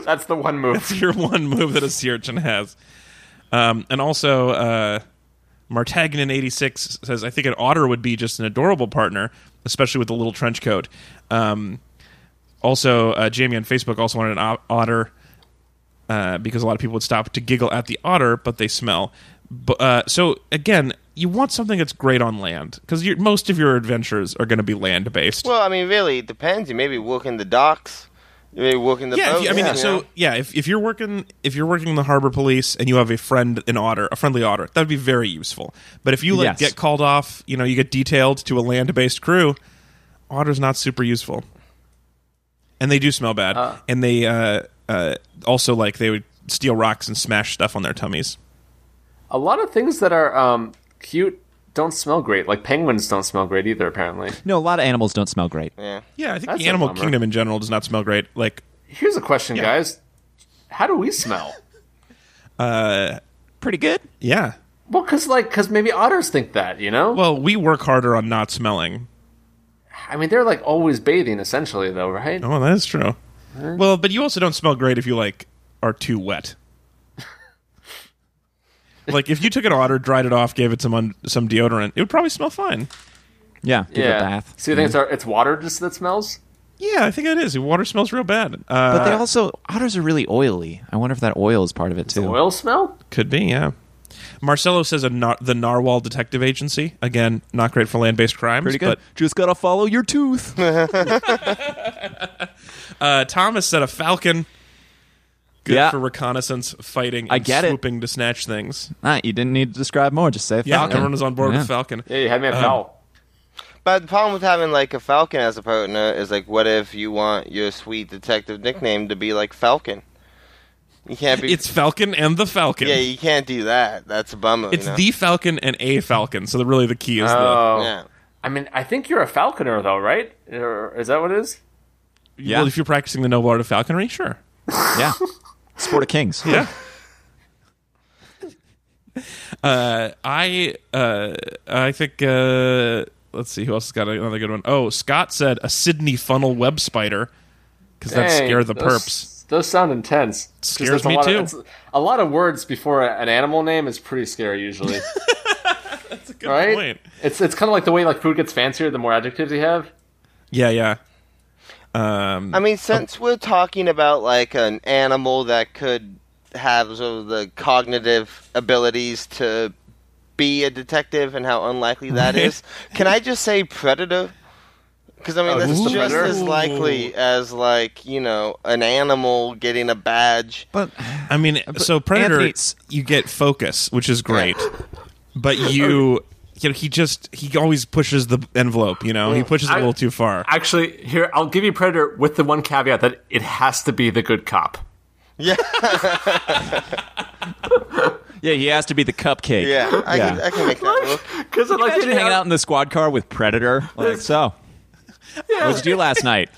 That's the one move.
your one move that a sea urchin has. Um, and also, uh, Martagnan86 says, I think an otter would be just an adorable partner, especially with the little trench coat. Um, also, uh, Jamie on Facebook also wanted an o- otter uh, because a lot of people would stop to giggle at the otter, but they smell. But, uh, so, again, you want something that's great on land because most of your adventures are going to be land based.
well, I mean, really, it depends. You maybe working the docks. You maybe working the
yeah, if
boats.
you, I mean,
you
so
know?
yeah, if, if you're working if you're working in the harbor police and you have a friend an otter, a friendly otter, that would be very useful. But if you like
Yes.
get called off, you know, you get detailed to a land based crew, otter's not super useful, and they do smell bad, and they uh, uh, also like they would steal rocks and smash stuff on their tummies.
A lot of things that are um cute don't smell great. Like penguins don't smell great either. Apparently.
No, a lot of animals don't smell great.
yeah.
Yeah, I think
That's
the
a
animal
bummer.
kingdom in general does not smell great. Like
Here's a question, guys. How do we smell?
Pretty good.
yeah,
Well, because like because maybe otters think that you know.
well, we work harder on not smelling.
I mean, they're like always bathing essentially though, right?
Oh, that is true. Well, but you also don't smell great if you like are too wet. like if you took an otter, dried it off, gave it some un- some deodorant, it would probably smell fine.
Yeah, give it a bath.
So you think it's, our, it's water just that smells?
Yeah, I think it is. Water smells real bad. Uh,
but they also otters are really oily. I wonder if that oil is part of it too.
Oil smell?
could be, yeah. Marcelo says a nar- the Narwhal Detective Agency again, not great for land based crimes.
Pretty good. Just gotta follow your tooth.
But uh, Thomas said a falcon. Good
Yeah.
for reconnaissance, fighting, and
I get it.
swooping to snatch things.
Ah, you didn't need to describe more. Just say
Yeah,
falcon.
everyone is on board
Yeah.
with Falcon.
Yeah, you had
Um,
me at foul.
But the problem with having like a falcon as a partner is like, what if you want your sweet detective nickname to be like Falcon? You can't be.
It's Falcon and the Falcon.
yeah, you can't do that. That's a bummer.
It's
you know?
the Falcon and a Falcon. So the, really the key is
Oh.
Yeah.
I mean, I think you're a falconer though, right? Or is that what it is?
the
Yeah.
well, if you're practicing the noble art of falconry, sure.
Yeah. Sport of Kings.
Yeah. uh, I uh, I think uh, let's see who else has got another good one. Oh, Scott said a Sydney funnel web spider because that
Hey,
scare the
those-
perps.
Those sound intense.
Scares
Just there's a
me,
lot of-
too.
it's- a lot of words before a- an animal name is pretty scary usually,
That's a good
right?
point.
It's it's kind of like the way like food gets fancier the more adjectives you have.
Yeah, yeah. Um,
I mean, since we're talking about like an animal that could have sort of the cognitive abilities to be a detective and how unlikely that is, can I just say predator? Because I mean,
Oh,
that's
just
just
the predator?
as likely as like you know an animal getting a badge.
But
I mean, so predator,
Anthony-
you get focus, which is great, but you you know, he just he always pushes the envelope. You know, he pushes it a
I-
little too far.
Actually, here I'll give you Predator with the one caveat that it has to be the good cop.
Yeah, he has to be the cupcake.
Yeah, I,
Yeah.
Can, I can make that work.
Because like
Imagine hanging out in the squad car with Predator. Like, so, what'd you do last night?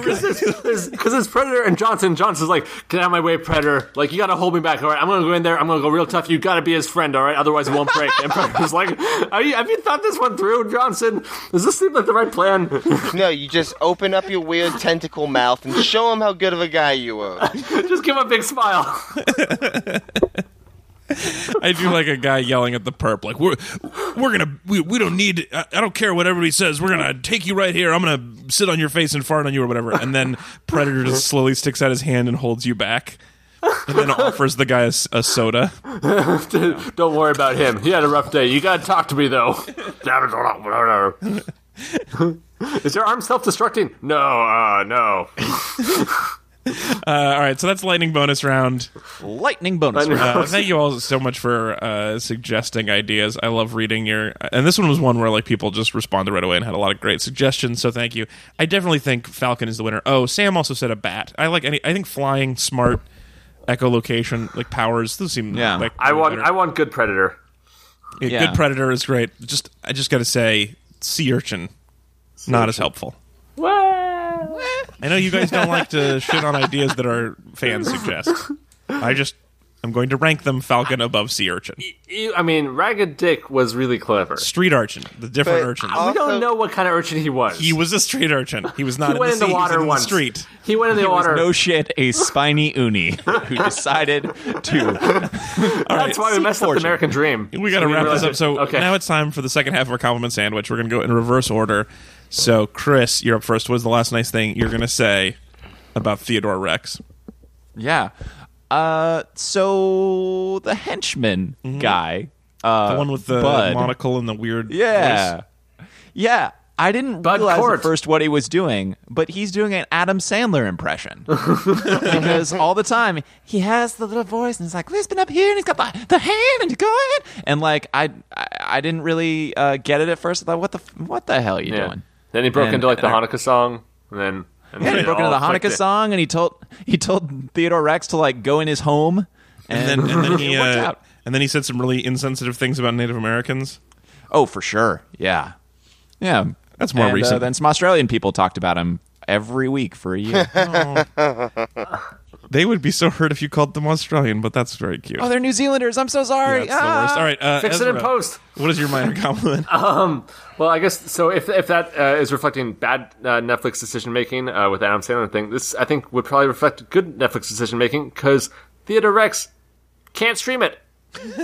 because it's, Predator and Johnson. Johnson's like, get out of my way, Predator. Like, you gotta hold me back. All right, I'm gonna go in there. I'm gonna go real tough. You gotta be his friend. All right, otherwise it won't break. And Predator's like, Are you, have you thought this one through, Johnson? Does this seem like the right plan?
No, you just open up your weird tentacle mouth and show him how good of a guy you are.
Just give him a big smile.
I do like a guy yelling at the perp, like we're we're gonna we, we don't need I, I don't care what everybody says. We're gonna take you right here. I'm gonna sit on your face and fart on you or whatever. And then Predator just slowly sticks out his hand and holds you back, and then offers the guy a, s- a soda.
Don't worry about him. He had a rough day. You gotta talk to me though. Is your arm self-destructing? No, uh, no.
Uh, all right, so that's lightning bonus round.
Lightning bonus. round.
Uh, thank you all so much for uh, suggesting ideas. I love reading your and this one was one where like people just responded right away and had a lot of great suggestions. So thank you. I definitely think Falcon is the winner. Oh, Sam also said a bat. I like any. I think flying, smart, echolocation, like powers. Those seem
Yeah.
Like
I want,
better.
I want good predator.
Yeah,
Yeah.
Good predator is great. Just I just got to say, sea urchin, not as helpful. I know you guys don't like to shit on ideas that our fans suggest. I just I'm going to rank them Falcon above sea urchin.
You- I mean, Ragged Dick was really clever.
Street urchin, the different
But-
urchin.
Oh.
we
Also-
don't know what kind of urchin he was.
He was a street urchin. He was not
He went
in the, sea, he was
water
in the
once.
street.
He went in the water.
No shit, a spiny uni who decided to.
That's why we
Sea
messed up the
fortune.
American Dream.
We got to wrap this
realized
up.
it.
So
Okay.
now it's time for the second half of our compliment sandwich. We're going to go in reverse order. So Chris, you're up first. What is the last nice thing you're going to say about Theodore Rex?
Yeah. Uh, so the henchman guy. Uh,
Mm-hmm. The one with the
Bud.
monocle and the weird
Yeah.
voice?
Yeah. I didn't
Bud
realize
Cort.
at first what he was doing, but he's doing an Adam Sandler impression. because all the time he has the little voice and he's like, Listen up here, and he's got the, the hand and go ahead. And like I I, I didn't really uh, get it at first. I thought, what the f- what the hell are you
Yeah.
doing?
Then he broke
And-
into like the
and I-
Hanukkah song, and then and
Yeah,
then
he
it
broke into
all
the
clicked
Hanukkah
in.
song and he told he told Theodore Rex to like go in his home and,
And then, and then he
it worked
uh,
out.
and then he said some really insensitive things about Native Americans.
Oh, for sure. Yeah. Yeah.
That's more
And, uh,
recent.
then some Australian people talked about him every week for a year.
They would be so hurt if you called them Australian, but that's very cute.
oh, they're New Zealanders. I'm so sorry.
That's the worst.
Ah.
All right, uh,
Fix it in
Ezra,
post.
What is your minor compliment?
Well, I guess so. If if that uh, is reflecting bad uh, Netflix decision making uh, with Adam Sandler thing, this I think would probably reflect good Netflix decision making because Theater Rex can't stream it.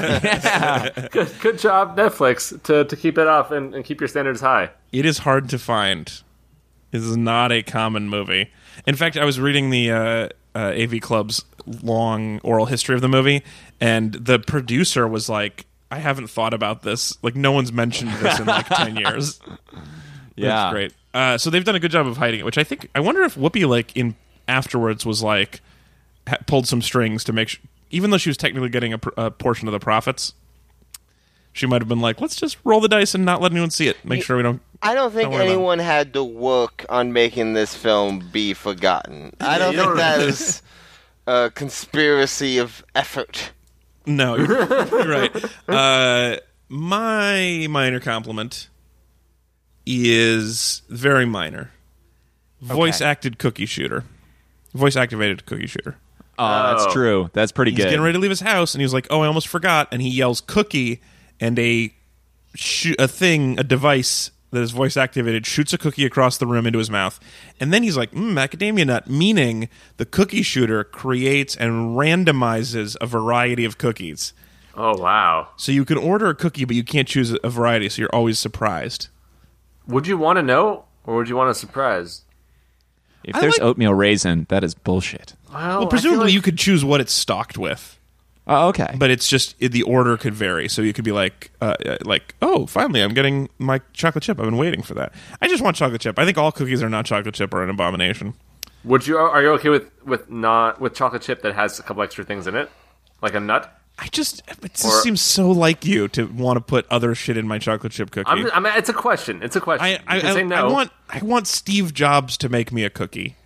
good, good job, Netflix, to, to keep it off and, and keep your standards high.
it is hard to find. This is not a common movie. In fact, I was reading the uh, uh, AV Club's long oral history of the movie, and the producer was like, "I haven't thought about this. Like, no one's mentioned this in like ten years."
Yeah.
That's great. Uh, so they've done a good job of hiding it, which I think I wonder if Whoopi like in afterwards was like ha- pulled some strings to make sure, even though she was technically getting a, pr- a portion of the profits. She might have been like, "Let's just roll the dice and not let anyone see it. Make sure we don't."
I don't think
Don't worry about it.
anyone had to work on making this film be forgotten. I don't think that is a conspiracy of effort.
No, you're, you're right. Uh, my minor compliment is very minor. Voice acted cookie shooter, voice activated cookie shooter.
Oh, that's true. That's pretty
He's
good.
getting ready to leave his house, and he was like, "Oh, I almost forgot!" And he yells "cookie," and a shoo- a thing, a device that is voice activated, shoots a cookie across the room into his mouth. And then he's like, mm, "Macadamia nut," meaning the cookie shooter creates and randomizes a variety of cookies.
Oh wow!
So you can order a cookie, but you can't choose a variety, so you're always surprised.
Would you want to know, or would you want a surprise?
if
I
there's
like-
oatmeal raisin, that is bullshit.
Well,
Well, presumably you could choose what it's stocked with.
Oh, okay.
but it's just it, the order could vary. So you could be like, uh, uh, like, oh, finally, I'm getting my chocolate chip. I've been waiting for that. I just want chocolate chip. I think all cookies are not chocolate chip are an abomination.
Would you? Are you okay with with not with chocolate chip that has a couple extra things in it, like a nut?
I just it just
Or-
seems so like you to want to put other shit in my chocolate chip cookie.
I'm, I'm, it's a question. It's a question.
I, I,
you can
I-
say no.
I want I want Steve Jobs to make me a cookie.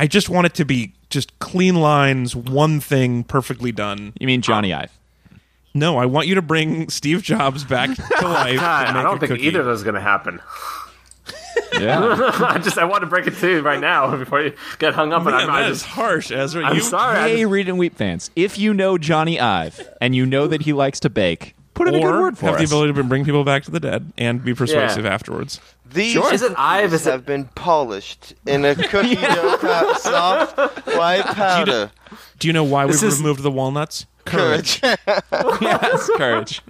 I just want it to be just clean lines, one thing perfectly done.
You mean Johnny Ive?
No, I want you to bring Steve Jobs back to life.
God,
and
I
make
don't
a
think
cookie.
either of those is going to happen.
Yeah.
I just I want to break it to you right now before you get hung up. and
Man,
I'm, I
that is
just,
harsh, Ezra.
I'm
you,
sorry. I
hey,
just,
Read and Weep fans, if you know Johnny Ive and you know that he likes to bake, put in a good
or
word for
have the
us.
ability to bring people back to the dead and be persuasive
Yeah.
afterwards.
These
Sure. Is it Ive? Is
cookies
it-
have been polished in a cookie dough cup, soft white powder.
Do you know why we've
is-
removed the walnuts? Courage.
Courage.
yes, courage.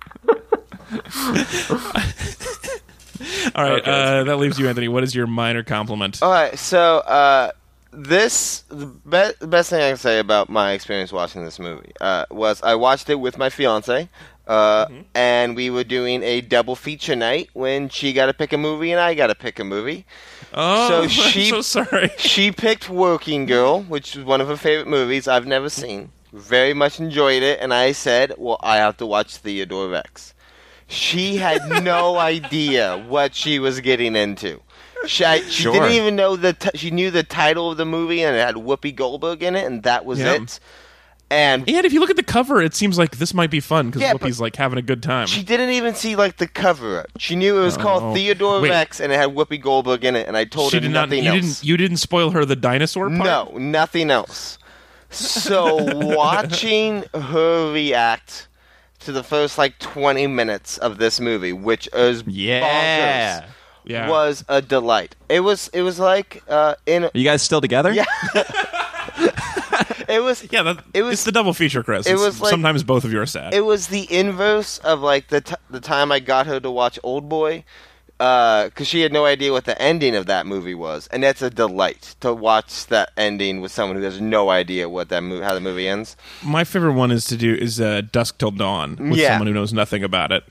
All right,
Okay,
uh, that leaves you, Anthony. What is your minor compliment?
All right, so uh, this the be- best thing I can say about my experience watching this movie uh, was I watched it with my fiance, uh,
Mm-hmm.
and we were doing a double feature night when she got to pick a movie and I got to pick a movie.
oh,
so
I'm
she-
so sorry.
She picked Working Girl, which is one of her favorite movies I've never seen. Very much enjoyed it, and I said, "Well, I have to watch Theodore Rex." She had no idea what she was getting into. She, I- she
Sure.
didn't even know the. T- she knew the title of the movie, and it had Whoopi Goldberg in it, and that was
Yeah.
it. And
And if you look at the cover, it seems like this might be fun because
Yeah,
Whoopi's like having a good time.
She didn't even see like the cover. art. She knew it was
Oh.
called Theodore
Wait.
Rex, and it had Whoopi Goldberg in it. And I told
She
her
did not.
nothing
you
else.
didn't. You didn't spoil her the dinosaur part.
no, nothing else. So watching her react to the first like twenty minutes of this movie, which is
Yeah.
bonkers,
Yeah.
was a delight. It was. It was like uh, in.
Are you guys still together?
Yeah. It was.
yeah. That,
It was-
It's the double feature, Chris.
it
It's-
was like-
sometimes both of you are sad.
It was the inverse of like the t- the time I got her to watch Old Boy, because she had no idea what the ending of that movie was, and that's a delight to watch that ending with someone who has no idea what that mo- how the movie ends.
My favorite one is to do is uh, dusk till dawn with
Yeah.
someone who knows nothing about it.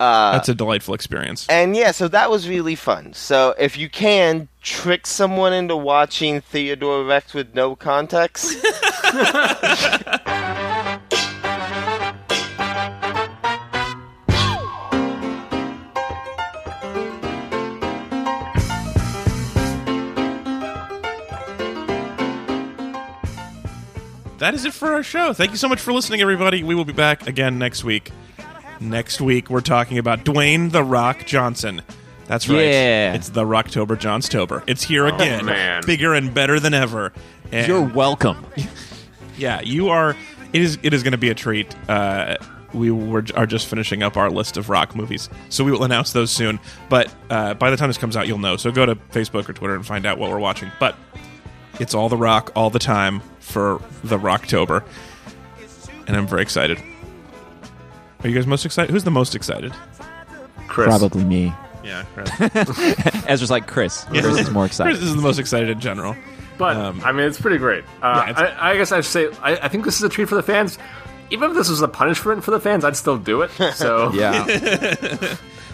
Uh,
That's a delightful experience.
And yeah, so that was really fun. So if you can trick someone into watching Theodore Rex with no context,
that is it for our show. Thank you so much for listening, everybody. We will be back again next week. Next week, we're talking about Dwayne The Rock Johnson. That's right.
Yeah.
It's The Rocktober Johnstober. It's here again.
man.
Bigger and better than ever. And
You're welcome.
yeah, you are. It is. It is going to be a treat. Uh, we were, are just finishing up our list of rock movies, so we will announce those soon. But uh, by the time this comes out, you'll know. So go to Facebook or Twitter and find out what we're watching. But it's all the rock all the time for the Rocktober, and I'm very excited. Are you guys most excited? Who's the most excited?
Chris.
Probably me.
Yeah,
Ezra's like Chris. Chris is more excited.
Chris is the most excited in general.
But I mean, it's pretty great. Uh,
Um, it's-
I, I guess I should say I, I think this is a treat for the fans. Even if this was a punishment for the fans, I'd still do it. So
yeah.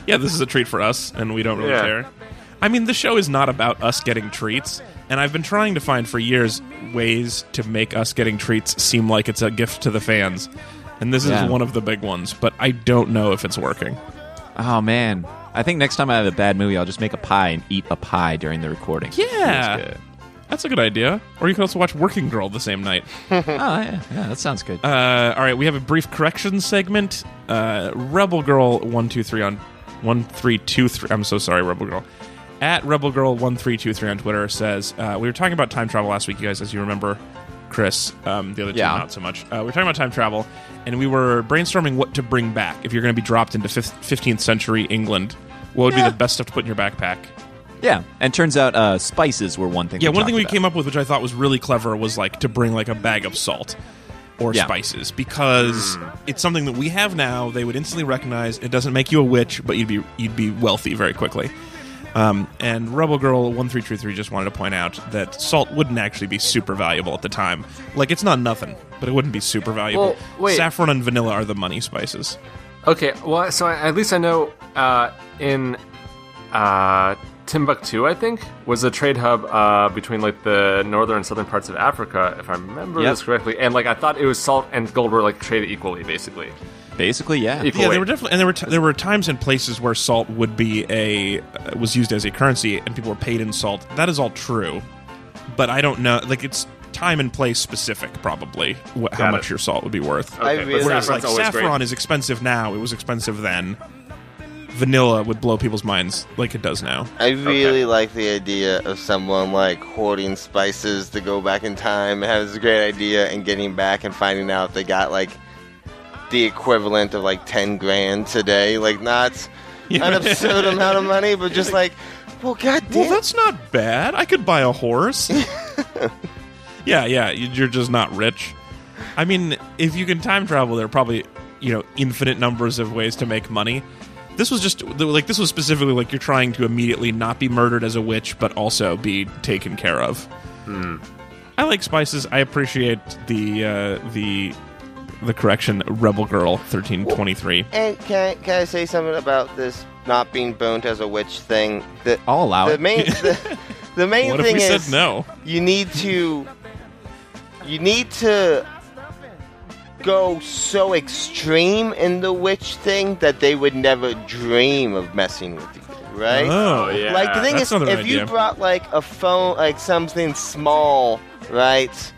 yeah, this is a treat for us, and we don't really
Yeah.
care. I mean, the show is not about us getting treats, and I've been trying to find for years ways to make us getting treats seem like it's a gift to the fans. And this
Yeah.
is one of the big ones, but I don't know if it's working.
Oh man. I think next time I have a bad movie, I'll just make a pie and eat a pie during the recording.
Yeah.
That's good.
That's a good idea. Or you could also watch Working Girl the same night.
Oh yeah. Yeah, that sounds good.
Uh, all right, we have a brief correction segment. Uh, Rebel Girl one two three on one three two three. I'm so sorry, Rebel Girl. At Rebel Girl one three two three on Twitter says uh, we were talking about time travel last week, you guys, as you remember, Chris. Um, the other two
Yeah.
not so much. Uh, we were talking about time travel, and we were brainstorming what to bring back if you're going to be dropped into fifteenth century England. What would
Yeah.
be the best stuff to put in your backpack?
yeah. And turns out uh, spices were one thing.
Yeah, one thing we
talked
came up with, which I thought was really clever, was like to bring like a bag of salt or
Yeah.
spices because it's something that we have now. They would instantly recognize. It doesn't make you a witch, but you'd be you'd be wealthy very quickly. Um, and Rebel Girl one three two three just wanted to point out that salt wouldn't actually be super valuable at the time. Like it's not nothing, but it wouldn't be super valuable.
Well, wait.
Saffron and vanilla are the money spices.
okay. Well, so I, at least I know uh, in uh, Timbuktu, I think, was a trade hub uh, between like the northern and southern parts of Africa, if I remember
Yep.
this correctly. And like I thought it was salt and gold were like traded equally, basically.
Basically, yeah.
Equal
Yeah,
weight.
there were definitely, and there were t- there were times and places where salt would be a uh, was used as a currency, and people were paid in salt. That is all true, but I don't know. Like it's time and place specific, probably wh- how
Got
much
it.
your salt would be worth.
I
but
really-
Whereas,
saffron's
like
always
saffron is expensive now; it was expensive then. Vanilla would blow people's minds like it does now.
I really like the idea of someone like hoarding spices to go back in time and have this great idea and getting back and finding out they got like the equivalent of like 10 grand today. Like, not an absurd amount of money, but just like, well, goddamn.
Well, that's not bad. I could buy a horse. yeah, yeah. you- You're just not rich. I mean, if you can time travel, there are probably you know infinite numbers of ways to make money. This was just like this was specifically like you're trying to immediately not be murdered as a witch, but also be taken care of.
Hmm.
I like spices. I appreciate the uh, the the correction. Rebel Girl thirteen twenty three.
and can I, can I say something about this not being boned as a witch thing? The,
I'll allow
the
it.
main, the, the main
What if
thing
we
is.
said no?
you need to you need to go so extreme in the witch thing that they would never dream of messing with you right
Oh
yeah.
like the thing
that's
is if
another
you
idea.
brought like a phone like something small right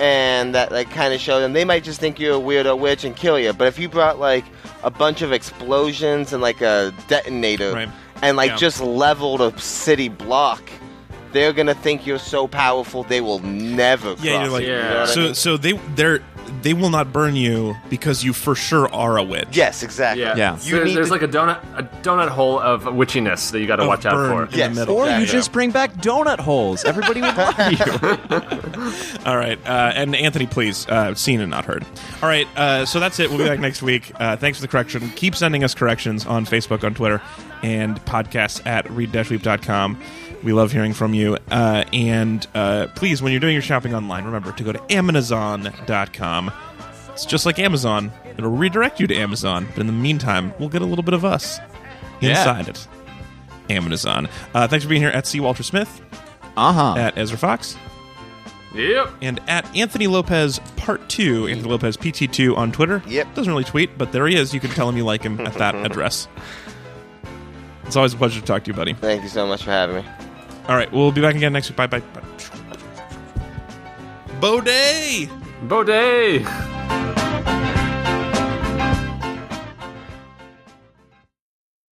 and that like kind of showed them they might just think you're a weirdo witch and kill you but if you brought like a bunch of explosions and like a detonator
Right.
and like
Yeah.
just leveled a city block they're gonna think you're so powerful they will never cross
Yeah, you're like
you,
Yeah.
you know what I
so.
mean?
So they they're they will not burn you because you for sure are a witch.
yes exactly
Yeah.
Yeah.
So
You
there's
need
there's
to-
like a donut a donut hole of witchiness that you got to
Of
watch out
burn.
for.
Yeah.
yes
middle.
Or you
exactly.
just bring back donut holes. Everybody would love you.
All right, uh, and Anthony, please, uh, seen and not heard. All right, uh, so that's it. We'll be back next week. Uh, thanks for the correction. Keep sending us corrections on Facebook, on Twitter, and podcasts at read-weep.com. We love hearing from you. Uh, and uh, please, when you're doing your shopping online, remember to go to Amazon.com. It's just like Amazon. It'll redirect you to Amazon. But in the meantime, we'll get a little bit of us
Yeah.
inside it. Amazon. Uh, thanks for being here at C. Walter Smith,
Uh huh.
at Ezra Fox,
Yep.
and at Anthony Lopez Part Two, Anthony Lopez PT Two on Twitter.
Yep.
doesn't really tweet, but there he is. You can tell him you like him at that address. It's always a pleasure to talk to you, buddy.
thank you so much for having me
All right, we'll be back again next week. Bye, bye. bye. Bo Day.
Bode.